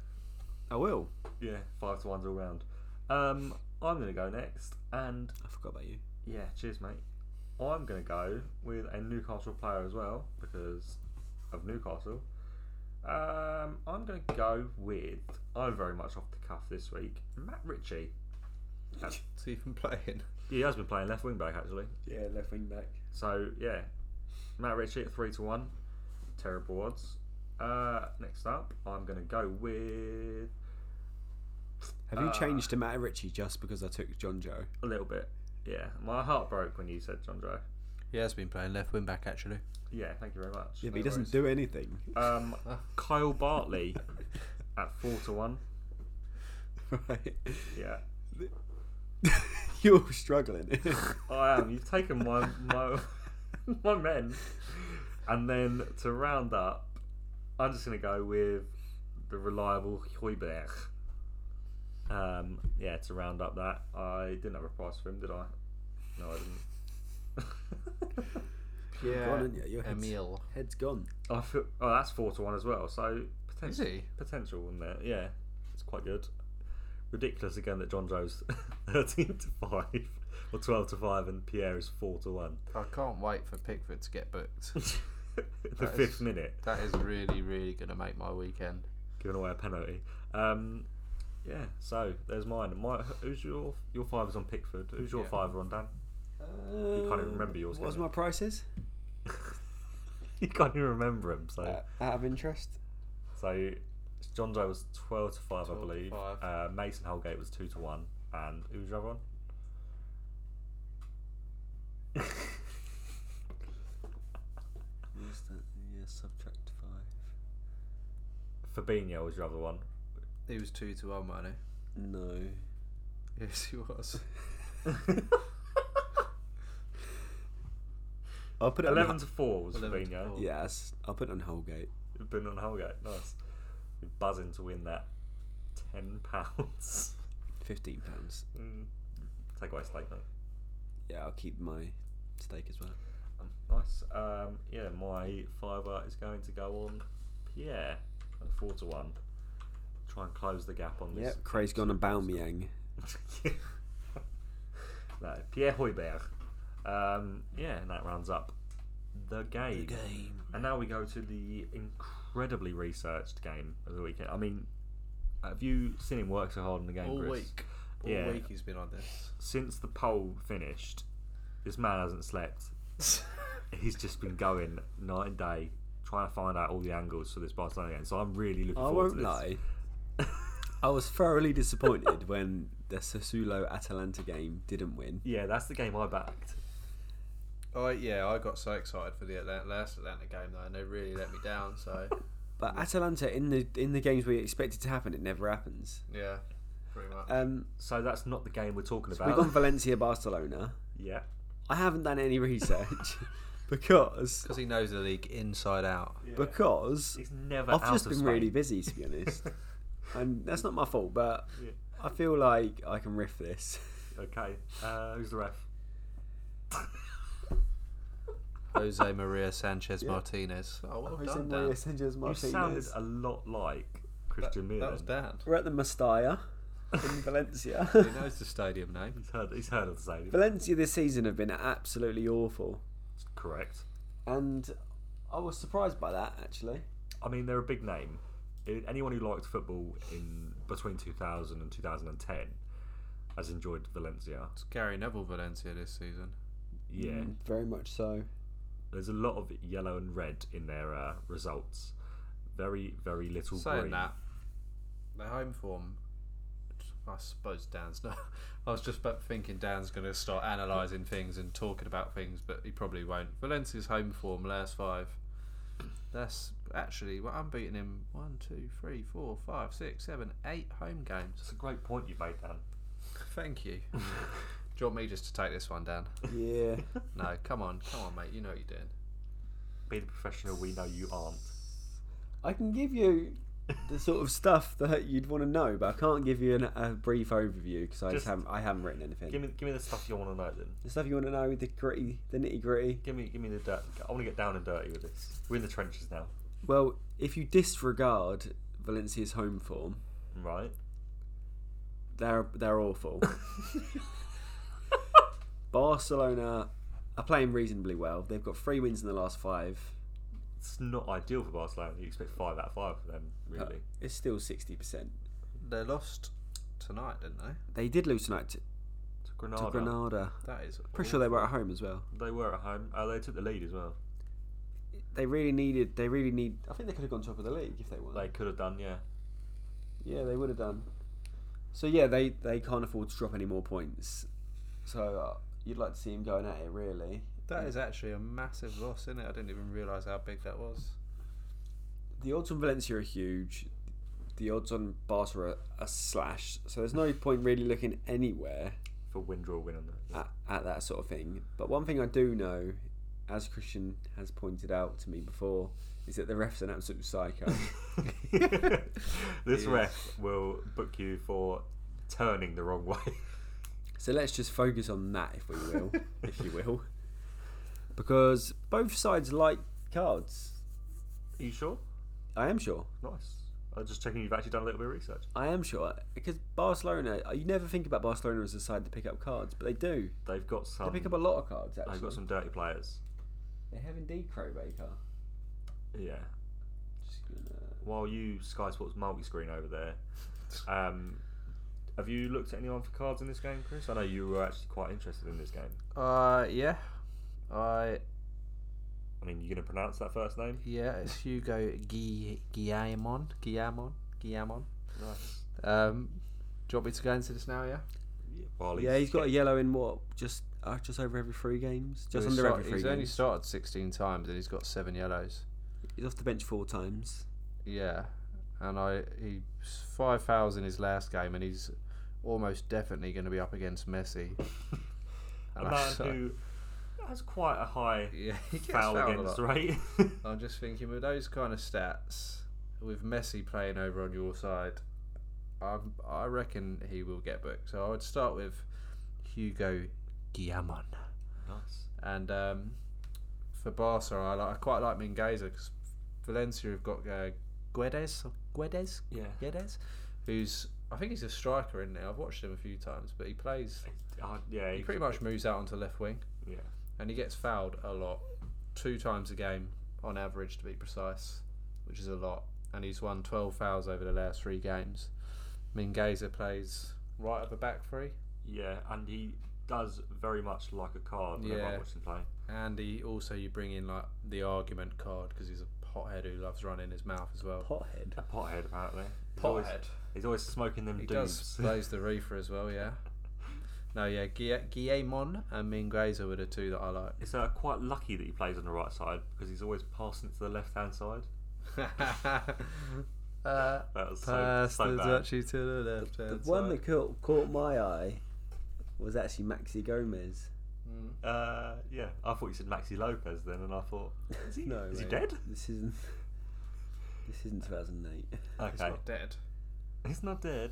D: I will.
A: Yeah, five to ones all round. Um, I'm gonna go next, and
D: I forgot about you.
A: yeah, cheers, mate. I'm gonna go with a Newcastle player as well because of Newcastle. Um, I'm gonna go with I'm very much off the cuff this week. Matt Ritchie.
B: Is he even playing?
A: He has been playing left wing back actually.
D: Yeah, left wing back.
A: So yeah, Matt Ritchie at three to one, terrible odds. Uh, next up, I'm gonna go with
D: Have you changed to Matt Ritchie just because I took John Joe?
A: a little bit. Yeah, my heart broke when you said John Joe.
B: He has been playing left wing back actually.
A: Yeah, thank you very much.
D: Yeah, but he doesn't do anything.
A: Um, Kyle Bartley at four to one.
D: right.
A: Yeah,
D: You're struggling.
A: I am. You've taken my my my men, and then to round up, I'm just gonna go with the reliable Huiberg. Um, yeah, to round up that, I didn't have a price for him, did I? No, I didn't.
D: Go on, haven't you? Your head's,
B: Emil.
D: head's gone.
A: I feel, oh, that's four to one as well. So
B: Is
A: potential,
B: he?
A: potential in there. Yeah, it's quite good. Ridiculous again that John Joe's thirteen to five or twelve to five, and Pierre is four to one.
B: I can't wait for Pickford to get booked.
A: the
B: That is-
A: fifth minute,
B: that is really, really gonna make my weekend.
A: giving away a penalty. Um, yeah, so there's mine. My who's your your five is on Pickford. Who's your
B: Yeah.
A: five on Dan? You can't even remember yours,
D: What was
A: can you?
D: my prices?
A: You can't even remember him.
B: Uh,
A: So
D: out of interest.
A: so John Joe was twelve to five, I
B: 12 to
A: believe.
B: five.
A: Uh, Mason Holgate was two to one, and who was your other one?
D: Yeah, subtract five.
A: Fabinho was your other one.
B: He was two to one, wasn't
D: No.
B: he? Yes, he was.
D: I'll put it
A: Eleven
D: on.
A: to four was
B: 11 to
A: Fabinho.
B: four.
D: Yes, I'll put it on Holgate.
A: Been on Holgate, nice. You're buzzing to win that ten pounds.
D: Fifteen pounds.
A: Mm. Take away steak, mate.
D: Yeah, I'll keep my steak as well.
A: Um, nice. Um, yeah, my fiver is going to go on Pierre at four to one. Try and close the gap on this.
D: Yep. Craig's gone and Baumyang.
A: no, Pierre Hoiberg. Um, yeah, and that rounds up the game. And now we go to the incredibly researched game of the weekend. I mean, have you seen him work so hard on the game,
B: All
A: Chris?
B: week. All
A: Yeah.
B: week he's been on this.
A: Since the poll finished, this man hasn't slept. He's just been going night and day trying to find out all the angles for this Barcelona game. So I'm really looking
D: I
A: forward
D: won't
A: to this.
D: lie. I was thoroughly disappointed when the Sassuolo Atalanta game didn't win.
A: Yeah, that's the game I backed.
B: I yeah, I got so excited for the Atlanta, last Atlanta game though, and they really let me down. So
D: But Atalanta in the in the games we expected to happen, it never happens.
B: yeah, pretty much.
D: Um,
A: So that's not the game we're talking
D: we've
A: about.
D: gone Valencia Barcelona.
A: yeah.
D: I haven't done any research because
B: because he knows the league inside out.
D: because
A: He's never
D: I've
A: out
D: just
A: of
D: been
A: Spain.
D: really busy to be honest, and that's not my fault. But
A: Yeah.
D: I feel like I can riff this.
A: Okay, uh, who's the ref?
B: Jose Maria Sanchez
D: Yeah.
B: Martinez.
G: Oh, well
D: Jose
G: done, Dan.
D: Maria Sanchez
A: You sounded
D: Martinez.
A: a lot like Christian Mir.
G: That was
A: then.
G: Dan.
D: We're at the Mestalla in
B: He
D: Valencia.
B: knows the stadium name.
A: He's heard, he's heard of the same.
D: Valencia this season have been absolutely awful,
A: Correct.
D: and I was surprised by that actually.
A: I mean, they're a big name. I- Anyone who liked football in between 2000 and 2010 has enjoyed Valencia.
B: It's Gary Neville Valencia this season.
A: Yeah,
D: Mm, Very much so.
A: there's a lot of yellow and red in their uh, results. Very, very little
B: Saying
A: green.
B: that, their home form. I suppose Dan's not. I was just about thinking Dan's going to start analysing things and talking about things, but he probably won't. Valencia's home form, last five. That's actually. Well, I'm beating him one, two, three, four, five, six, seven, eight home games.
A: That's a great point you made, Dan.
B: Thank you. Do you want me just to take this one, Dan?
D: Yeah.
B: No, come on, come on, mate. You know what you're doing.
A: Be the professional we know you aren't.
D: I can give you the sort of stuff that you'd want to know, but I can't give you an, a brief overview because I just
A: Just-
D: haven't I haven't written anything.
A: Give me, give me the stuff you want to know then.
D: the stuff you want to know, the gritty, the nitty gritty.
A: Give me, give me the dirt. I want to get down and dirty with this. We're in the trenches now,
D: Well, if you disregard Valencia's home form,
A: right?
D: they're they're awful. Barcelona are playing reasonably well. They've got three wins in the last five.
A: It's not ideal for Barcelona. You expect five out of five of them,
D: but
A: really.
D: Uh, It's still sixty percent.
B: They lost tonight, didn't they?
D: They did lose tonight to,
A: To
D: to
A: Granada,
D: Granada.
B: That is.
D: Pretty sure they were at home as well.
A: they were at home. Oh, they took the lead as well.
D: They really needed. They really need. I think they could have gone top of the league if they won.
A: They could have done, yeah.
D: Yeah, they would have done. So yeah, they they can't afford to drop any more points. So uh, you'd like to see him going at it, really.
B: That is actually a massive loss, isn't it? I didn't even realise how big that was.
D: The odds on Valencia are huge. The odds on Barca are, are slash. So there's no point really looking anywhere
A: For win, draw, win on that.
D: at, at that sort of thing. But one thing I do know, as Christian has pointed out to me before, is that the ref's an absolute psycho.
A: this ref will book you for turning the wrong way.
D: So let's just focus on that, if we will, if you will, because both sides like cards.
A: Are you sure?
D: I am sure.
A: Nice. I'm just checking you've actually done a little bit of research.
D: I am sure because Barcelona. uh, You never think about Barcelona as a side to pick up cards, but they do.
A: They've got
D: They
A: some.
D: pick up a lot of cards. Actually,
A: They've Um, got some dirty players.
D: They have indeed Crow Baker.
A: Yeah.
D: Just gonna-
A: While you Sky Sports multi-screen over there, um, have you looked at anyone for cards in this game, Chris? I know you were actually quite interested in this game.
B: Uh, yeah. I
A: I mean, you going to pronounce that first name?
B: yeah, it's Hugo Gui Guillamon Guillamon Guillamon.
A: Nice.
B: Um, do you want me to go into this now? Yeah.
A: Yeah, while he's
D: Yeah, he's got a yellow in what just uh, just over every three games, just
B: He's
D: under
B: start-
D: every three
B: He's
D: games.
B: only started 16 times and he's got seven yellows.
D: He's off the bench four times.
B: Yeah, and I he's five fouls in his last game, and he's almost definitely going to be up against Messi.
A: a
B: And I
A: man
B: was like-
A: who has quite a high
B: yeah, he gets
A: foul
B: fouled a
A: against
B: lot.
A: rate.
B: I'm just thinking with those kind of stats, with Messi playing over on your side, I I reckon he will get booked. So I would start with Hugo Guillamon,
A: nice.
B: and um, for Barca, I, like, I quite like Mingueza because Valencia have got uh, Guedes, Guedes,
A: Yeah.
B: Guedes, who's I think he's a striker in there. I've watched him a few times, but he plays.
A: Uh, yeah.
B: He
A: he-
B: pretty much moves out onto left wing,
A: yeah.
B: and he gets fouled a lot, two times a game on average to be precise, which is a lot. And he's won 12 fouls over the last three games. Mingueza plays right up a back three,
A: Yeah, and he does very much like a card whenever I
B: Yeah.
A: watch him play.
B: and he also you bring in like the argument card because he's a pothead who loves running his mouth as well.
D: Pothead.
A: A pothead, apparently. He's always, he's always smoking them
B: He does
A: doobs.
B: blows the reefer as well, yeah. No, yeah, Guille- Guillemon and Mingueza were the two that I like.
A: It's uh, quite lucky that he plays on the right side because he's always passing it to the left hand side.
B: uh,
A: That was so,
B: pass
A: so
B: the
A: bad.
B: Dutchie to the left
D: The
B: hand
D: one
B: side.
D: that caught, caught my eye was actually Maxi Gomez.
E: Mm.
A: Uh, yeah, I thought you said Maxi Lopez then, and I thought, is he,
C: No,
A: is he
C: mate.
A: dead?
D: This isn't. This isn't 2008.
A: Okay,
E: He's not dead.
A: he's not dead.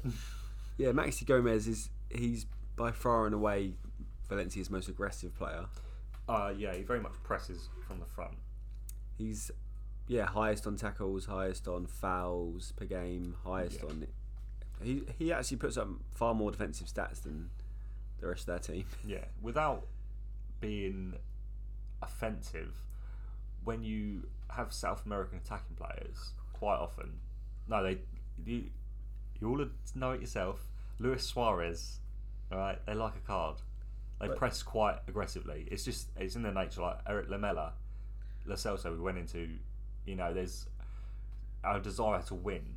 D: Yeah, Maxi Gomez is he's by far and away Valencia's most aggressive player.
A: Uh, yeah, he very much presses from the front.
D: He's yeah highest on tackles, highest on fouls per game, highest
A: Yeah.
D: on. He he actually puts up far more defensive stats than the rest of their team.
A: Yeah, without being offensive, when you have South American attacking players, quite often, no, they you you all know it yourself. Luis Suarez, all right, they like a card. They press quite aggressively. It's just it's in their nature. Like Eric Lamella, Lo Celso, we went into, you know, there's our desire to win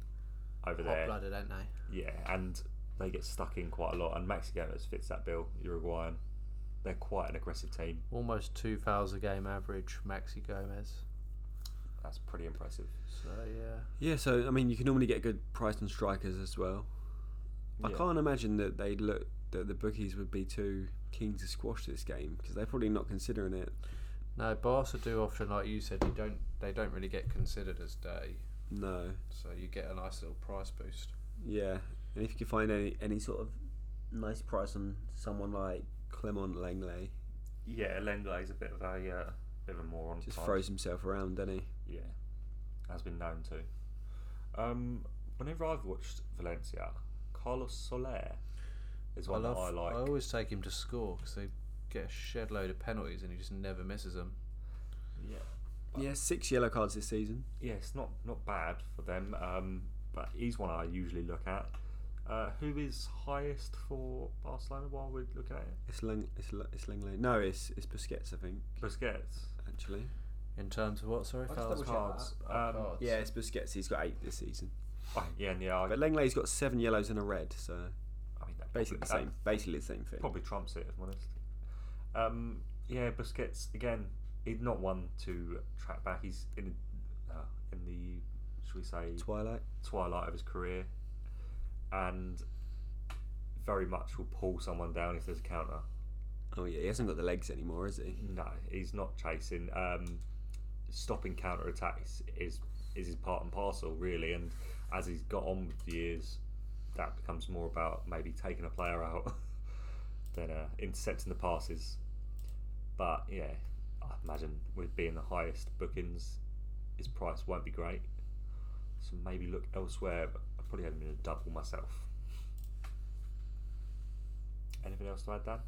B: Oh,
A: over there.
E: Hot blooded, ain't they?
A: Yeah, and they get stuck in quite a lot. And Maxi Gomez fits that bill, Uruguayan. They're quite an aggressive team.
B: Almost two fouls a game average, Maxi Gomez.
A: That's pretty impressive.
B: So yeah,
D: Yeah, so I mean, you can normally get a good price on strikers as well. I
A: Yeah.
D: can't imagine that they'd look that the bookies would be too keen to squash this game because they're probably not considering it.
B: no, Barca do often, like you said, you don't they don't really get considered as day,
D: No,
B: so you get a nice little price boost.
D: yeah, and if you could find any any sort of nice price on someone like Clement Langley,
A: Yeah, Lenglay's a bit of a uh, bit of a moron.
D: just
A: type.
D: throws himself around, doesn't he?
A: Yeah, has been known to. Um, whenever I've watched Valencia, Carlos Soler is
B: I
A: one
B: love. I,
A: that I like.
B: always take him to score because they get a shed load of penalties and he just never misses them.
A: yeah,
D: Yeah, six yellow cards this season.
A: yeah, it's not not bad for them. Um, but he's one I usually look at. Uh, who is highest for Barcelona while we're looking at it?
D: It's Lang, it's, Lang- it's Langley. No, it's it's Busquets, I think.
A: Busquets.
D: Actually,
B: In terms of what? Sorry,
E: I'll just
B: fouls.
E: double check
A: cards.
E: that. Oh,
A: Um,
E: cards.
D: yeah, it's Busquets. He's got eight this season,
A: Oh, yeah, and yeah, I,
D: but Langley's got seven yellows and a red, so
A: I mean, that probably,
D: basically the
A: that
D: same. Basically the same thing.
A: probably trumps it, if I'm honest. Um, yeah, Busquets again. He's not one to track back. He's in uh, in the shall we say
D: Twilight.
A: twilight of his career, and very much will pull someone down if there's a counter.
D: Oh yeah, he hasn't got the legs anymore, has he?
A: No, he's not chasing. Um, stopping counter attacks is is his part and parcel, really. And as he's got on with the years, that becomes more about maybe taking a player out than uh, intercepting the passes. But yeah, I imagine with being the highest bookings, his price won't be great. So maybe look elsewhere. But I probably haven't been a double myself. Anything else to add, Dan?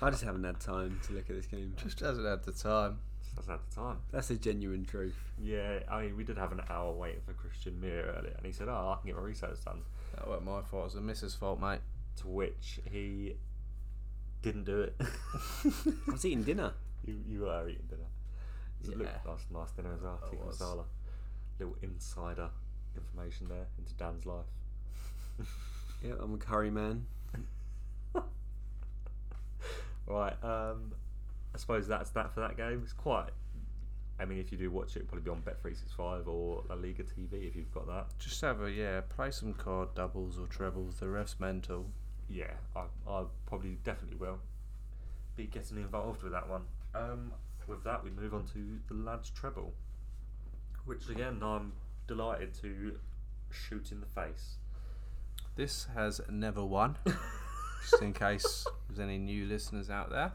D: I just haven't had time to look at this game.
B: Just hasn't had the time.
A: That's at the time.
D: That's the genuine truth.
A: Yeah, I mean, we did have an hour waiting for Christian Mir earlier, and he said, "Oh, I can get my research done,"
B: That wasn't my fault. It was the missus' fault, mate.
A: to which he didn't do it.
D: I was eating dinner.
A: you, you were eating dinner. It looked
B: Yeah.
A: nice, nice dinner as well.
B: It
A: tikka
B: was.
A: masala. Little insider information there into Dan's life.
D: Yeah, I'm a curry man.
A: Right, um, I suppose that's that for that game. It's quite. I mean, if you do watch it, it'll probably be on Bet Three Six Five or La Liga TV if you've got that.
B: Just have a yeah, play some card doubles or trebles. The ref's mental.
A: yeah, I, I probably definitely will be getting involved with that one. Um, with that, we move on to the lads treble, which again I'm delighted to shoot in the face.
B: This has never won. just in case there's any new listeners out there.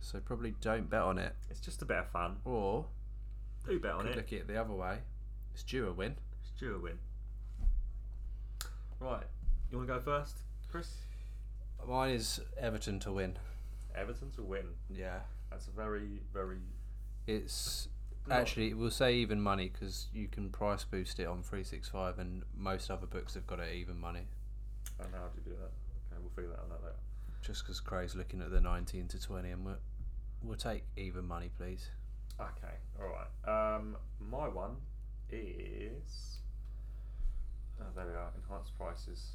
B: So probably don't bet on it.
A: It's just a bit of fun.
B: Or
A: Do bet on
B: could
A: it.
B: look at it the other way. It's due a win.
A: It's due a win. Right, you want to go first, Chris?
B: Mine is Everton to win.
A: Everton to win.
B: Yeah.
A: That's a very, very
B: It's actually we'll say even money because you can price boost it on three six five and most other books have got it even money.
A: I don't know how to do that. Okay, we'll figure that out later.
B: Just because Craig's looking at the nineteen to twenty and we'll we'll take even money, please.
A: Okay, alright. Um, my one is. Oh, there we are, enhanced prices.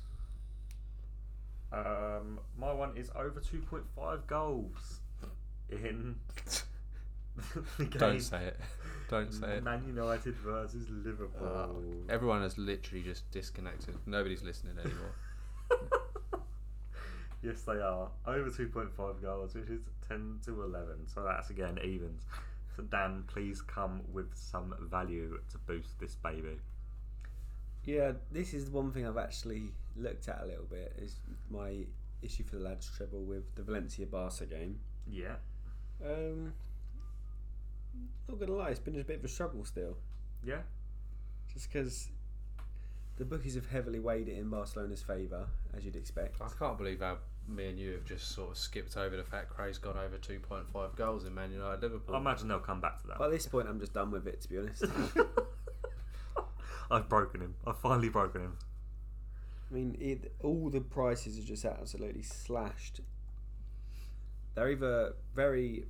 A: Um, my one is over 2.5 goals in the game.
B: Don't say it. Don't say it. Ah.
A: Man United versus Liverpool.
B: Everyone has literally just disconnected. Nobody's listening anymore.
A: Yes, they are. Over 2.5 goals, which is 10 to 11. So that's again evens. So, Dan, please come with some value to boost this baby.
D: Yeah, this is one thing I've actually looked at a little bit. Is my issue for the lads treble with the Valencia Barca game.
A: Yeah.
D: Um, not gonna lie, it's been a bit of a struggle still,
A: Yeah.
D: just because the bookies have heavily weighed it in Barcelona's favour, as you'd expect.
B: I can't believe how me and you have just sort of skipped over the fact Cray's gone over 2.5 goals in Man United
A: I
B: Liverpool.
A: imagine they'll come back to that.
D: By this point, I'm just done with it, to be honest.
A: I've broken him. I've finally broken him.
D: I mean, it, all the prices are just absolutely slashed. They're either very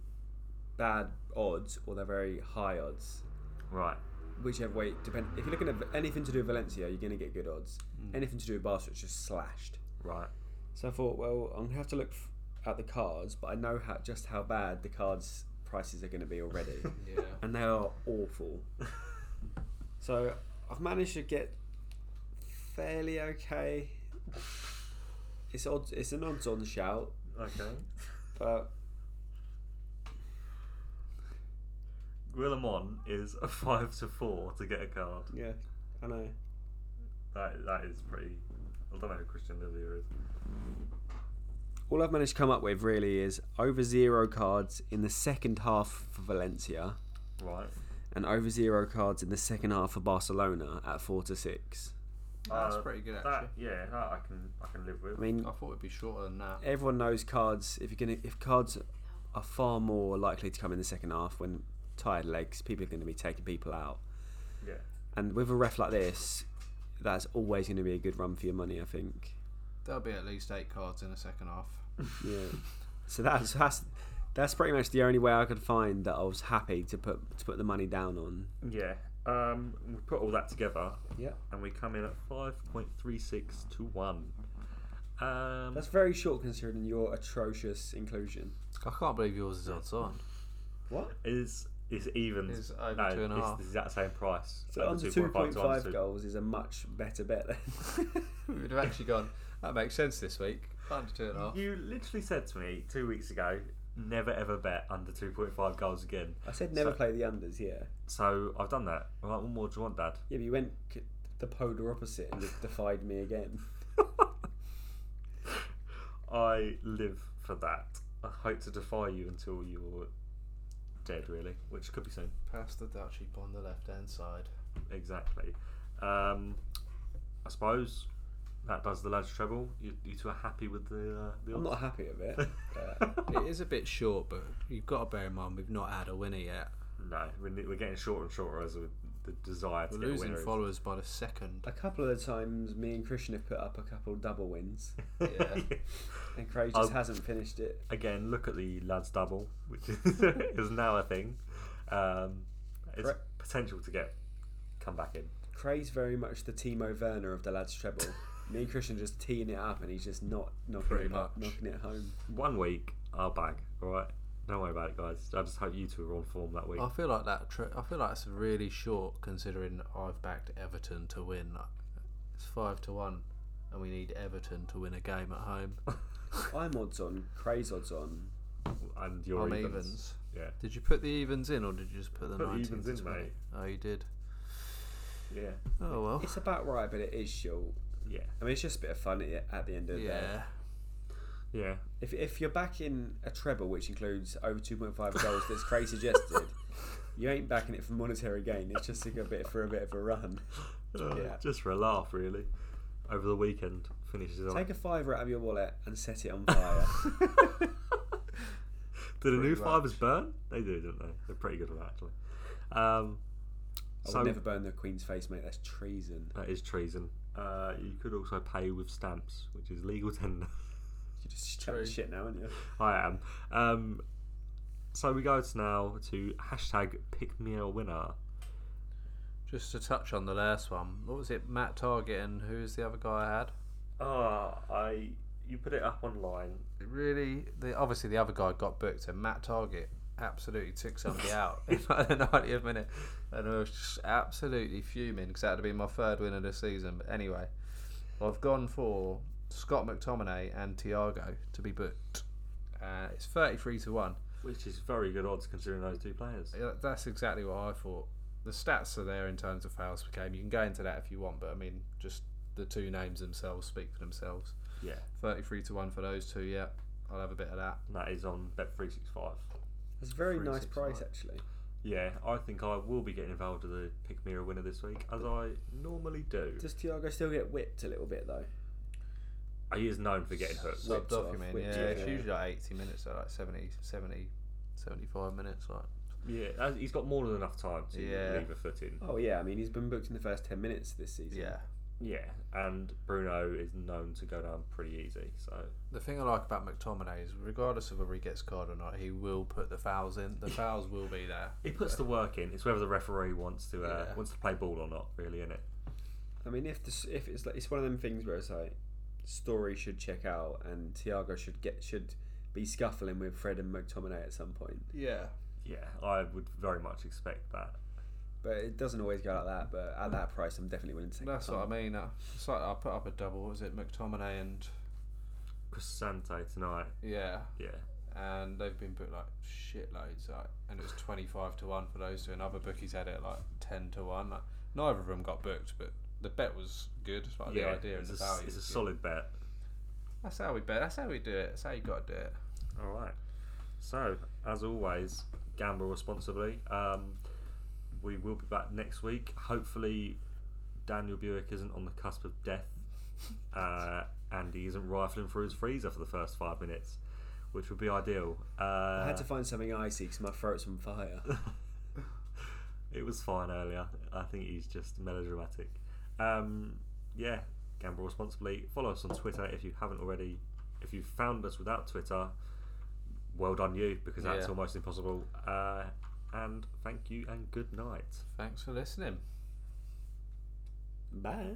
D: bad odds or they're very high odds.
A: Right.
D: Whichever way, depend. If you're looking at anything to do with Valencia, you're going to get good odds. Anything to do with Barca, it's just slashed.
A: Right.
D: So I thought, well, I'm going to have to look f- at the cards, but I know how, just how bad the cards' prices are going to be already,
B: yeah.
D: and they are awful. so I've managed to get fairly okay. It's odds. It's an odds-on shout,
A: Okay.
D: but
A: Willemon is a 5 to 4 to get a card.
D: yeah, I know.
A: That That is pretty. I don't know who Christian Livia is.
D: All I've managed to come up with really is over zero cards in the second half for Valencia.
A: Right.
D: and over zero cards in the second half for Barcelona at four to six.
B: That's pretty good,
A: That,
B: actually.
A: yeah, that I can I can live with.
D: I mean,
B: I thought it'd be shorter than that.
D: everyone knows cards. If you're gonna, if cards are far more likely to come in the second half when tired legs, people are going to be taking people out,
A: Yeah.
D: and with a ref like this, that's always going to be a good run for your money. I think.
B: There'll be at least eight cards in the second half.
D: Yeah. so that's that's that's pretty much the only way I could find that I was happy to put to put the money down on.
A: Yeah. Um, we put all that together
D: Yeah.
A: and we come in at 5.36 to 1. Um,
D: That's very short considering your atrocious inclusion.
B: I can't believe yours is odds on.
D: What?
A: is is even.
B: It's over
A: no,
B: two and a
A: it's
B: half.
A: the exact same price.
D: So
A: Over
D: under
A: 2.5 to under
D: 2.5 goals is a much better bet then.
B: We'd have actually gone, that makes sense this week. Time to turn it off.
A: You literally said to me two weeks ago, never ever bet under 2.5 goals again.
D: I said never
A: So-
D: play the unders, yeah.
A: So I've done that. I'm like, what more do you want, Dad?
D: Yeah, but you went c- the polar opposite and just defied me again.
A: I live for that. I hope to defy you until you're dead, really, which could be soon.
B: Past the Dutch heap on the left hand side.
A: Exactly. Um, I suppose that does the lads treble. You, you two are happy with the uh, the
D: I'm
A: odds?
D: not happy with it. Uh, but
B: It is a bit short, but you've got to bear in mind we've not had a winner yet.
A: No, we're, ne- we're getting shorter and shorter as we- the desire to
B: We're
A: get a
B: losing
A: winner. is.
B: followers by the second.
D: a couple of the times, me and Christian have put up a couple double wins,
B: Yeah.
D: and Craig just
A: I'll-
D: hasn't finished it.
A: Again, look at the lads double, which is, is now a thing. Um, it's
D: Correct.
A: potential to get come back in.
D: Craig's very much the Timo Werner of the lads treble. me and Christian just teeing it up, and he's just not knocking
B: Pretty
D: it, up,
B: much.
D: knocking it home.
A: One week, I'll bag. All right, don't worry about it, guys. I just hope you two are on form that
D: Oh,
A: week.
B: I feel like that. Tri- I feel like it's really short considering I've backed Everton to win. It's five to one, and we need Everton to win a game at home.
D: I'm odds on, Craig's odds on.
A: and your
B: I'm
A: evens.
B: evens.
A: Yeah,
B: Did you put the evens in, or did you just put the
A: Put the
B: 19
A: evens
B: to
A: in,
B: 20?
A: mate.
B: Oh, you did.
A: yeah,
B: Oh well.
D: It's about right, but it is short.
A: yeah,
D: I mean, it's just a bit of fun at the- at the end of the day.
B: Yeah.
A: yeah.
D: If, if you're backing a treble, which includes over 2.5 goals that's Craig suggested, you ain't backing it for monetary gain. It's just to go a bit for a bit of a run.
A: Uh,
D: Yeah.
A: Just for a laugh, really. Over the weekend, finishes on.
D: Take a fiver out of your wallet and set it on fire.
A: Did the new
B: Pretty
A: fibers burn? They do, don't they? They're pretty good at that, actually. Um,
D: I
A: So-
D: would never burn the Queen's face, mate. That's treason.
A: that is treason. Uh, you could also pay with stamps, which is legal tender.
D: You're just chatting
B: True.
D: shit now, aren't you?
A: I am. Um, so we go to now to hashtag pick me a winner.
B: Just to touch on the last one, what was it? Matt Target and who's the other guy I had?
A: Ah, I you put it up online.
B: Really, the obviously the other guy got booked, and Matt Target absolutely took somebody out in like the 90th minute, and I was just absolutely fuming because that would have been my third win of the season. But anyway, I've gone for Scott McTominay and Tiago to be booked. Uh, it's 33 to one.
A: Which is very good odds considering those two players.
B: Yeah, that's exactly what I thought. The stats are there in terms of fouls per game. You can go into that if you want, but I mean, just the two names themselves speak for themselves.
A: Yeah.
B: 33 to 1 for those two, yeah. I'll have a bit of that.
A: And that is on Bet365.
D: That's a very
A: Three,
D: nice
A: six,
D: price,
A: five.
D: actually.
A: Yeah, I think I will be getting involved with the Pick Mirror winner this week, as I normally do.
D: Does Tiago still get whipped a little bit, though?
A: He is known for getting hooked.
D: Whipped
B: Subbed off,
D: off,
B: you mean?
D: whipped
B: yeah,
D: off,
B: it's
D: yeah.
B: usually like 80 minutes, so like 70, 70, 75 minutes. Like.
A: Yeah, as- he's got more than enough time to
B: Yeah.
A: leave a foot in.
D: Oh, yeah. I mean, he's been booked in the first 10 minutes this season.
B: Yeah.
A: Yeah, and Bruno is known to go down pretty easy. So
B: The thing I like about McTominay is, regardless of whether he gets card or not, he will put the fouls in. The fouls will be there.
A: he puts the work in. It's whether the referee wants to uh,
B: Yeah.
A: wants to play ball or not, really, is it?
D: I mean, if this, if it's like, it's one of them things where it's like, story should check out and Tiago should get should be scuffling with Fred and McTominay at some point.
B: Yeah.
A: Yeah, I would very much expect that.
D: But it doesn't always go like that. But at that price, I'm definitely willing to take.
B: That's
D: the
B: what
D: punt.
B: I mean. Uh, It's like I put up a double. What was it McTominay and
A: Cristante tonight.
B: yeah,
A: Yeah,
B: and they've been put like shitloads. Like, and it was twenty five to one for those two. And other bookies had it like ten to one. Like, neither of them got booked, but the bet was good. Like
A: yeah.
B: the idea and
A: it's,
B: the
A: a,
B: value.
A: it's a
B: was good.
A: solid bet.
B: That's how we bet. That's how we do it. That's how you got to do it.
A: All right. So, as always, gamble responsibly. Um, we will be back next week. Hopefully, Daniel Buick isn't on the cusp of death uh, and he isn't rifling through his freezer for the first five minutes, which would be ideal. Uh,
D: I had to find something icy because my throat's on fire.
A: it was fine earlier. I think he's just melodramatic. Um, yeah, gamble responsibly. Follow us on Twitter if you haven't already. If you found us without Twitter, well done you because that's
B: Yeah.
A: almost impossible. Uh, and thank you and good night.
B: Thanks for listening.
D: Bye.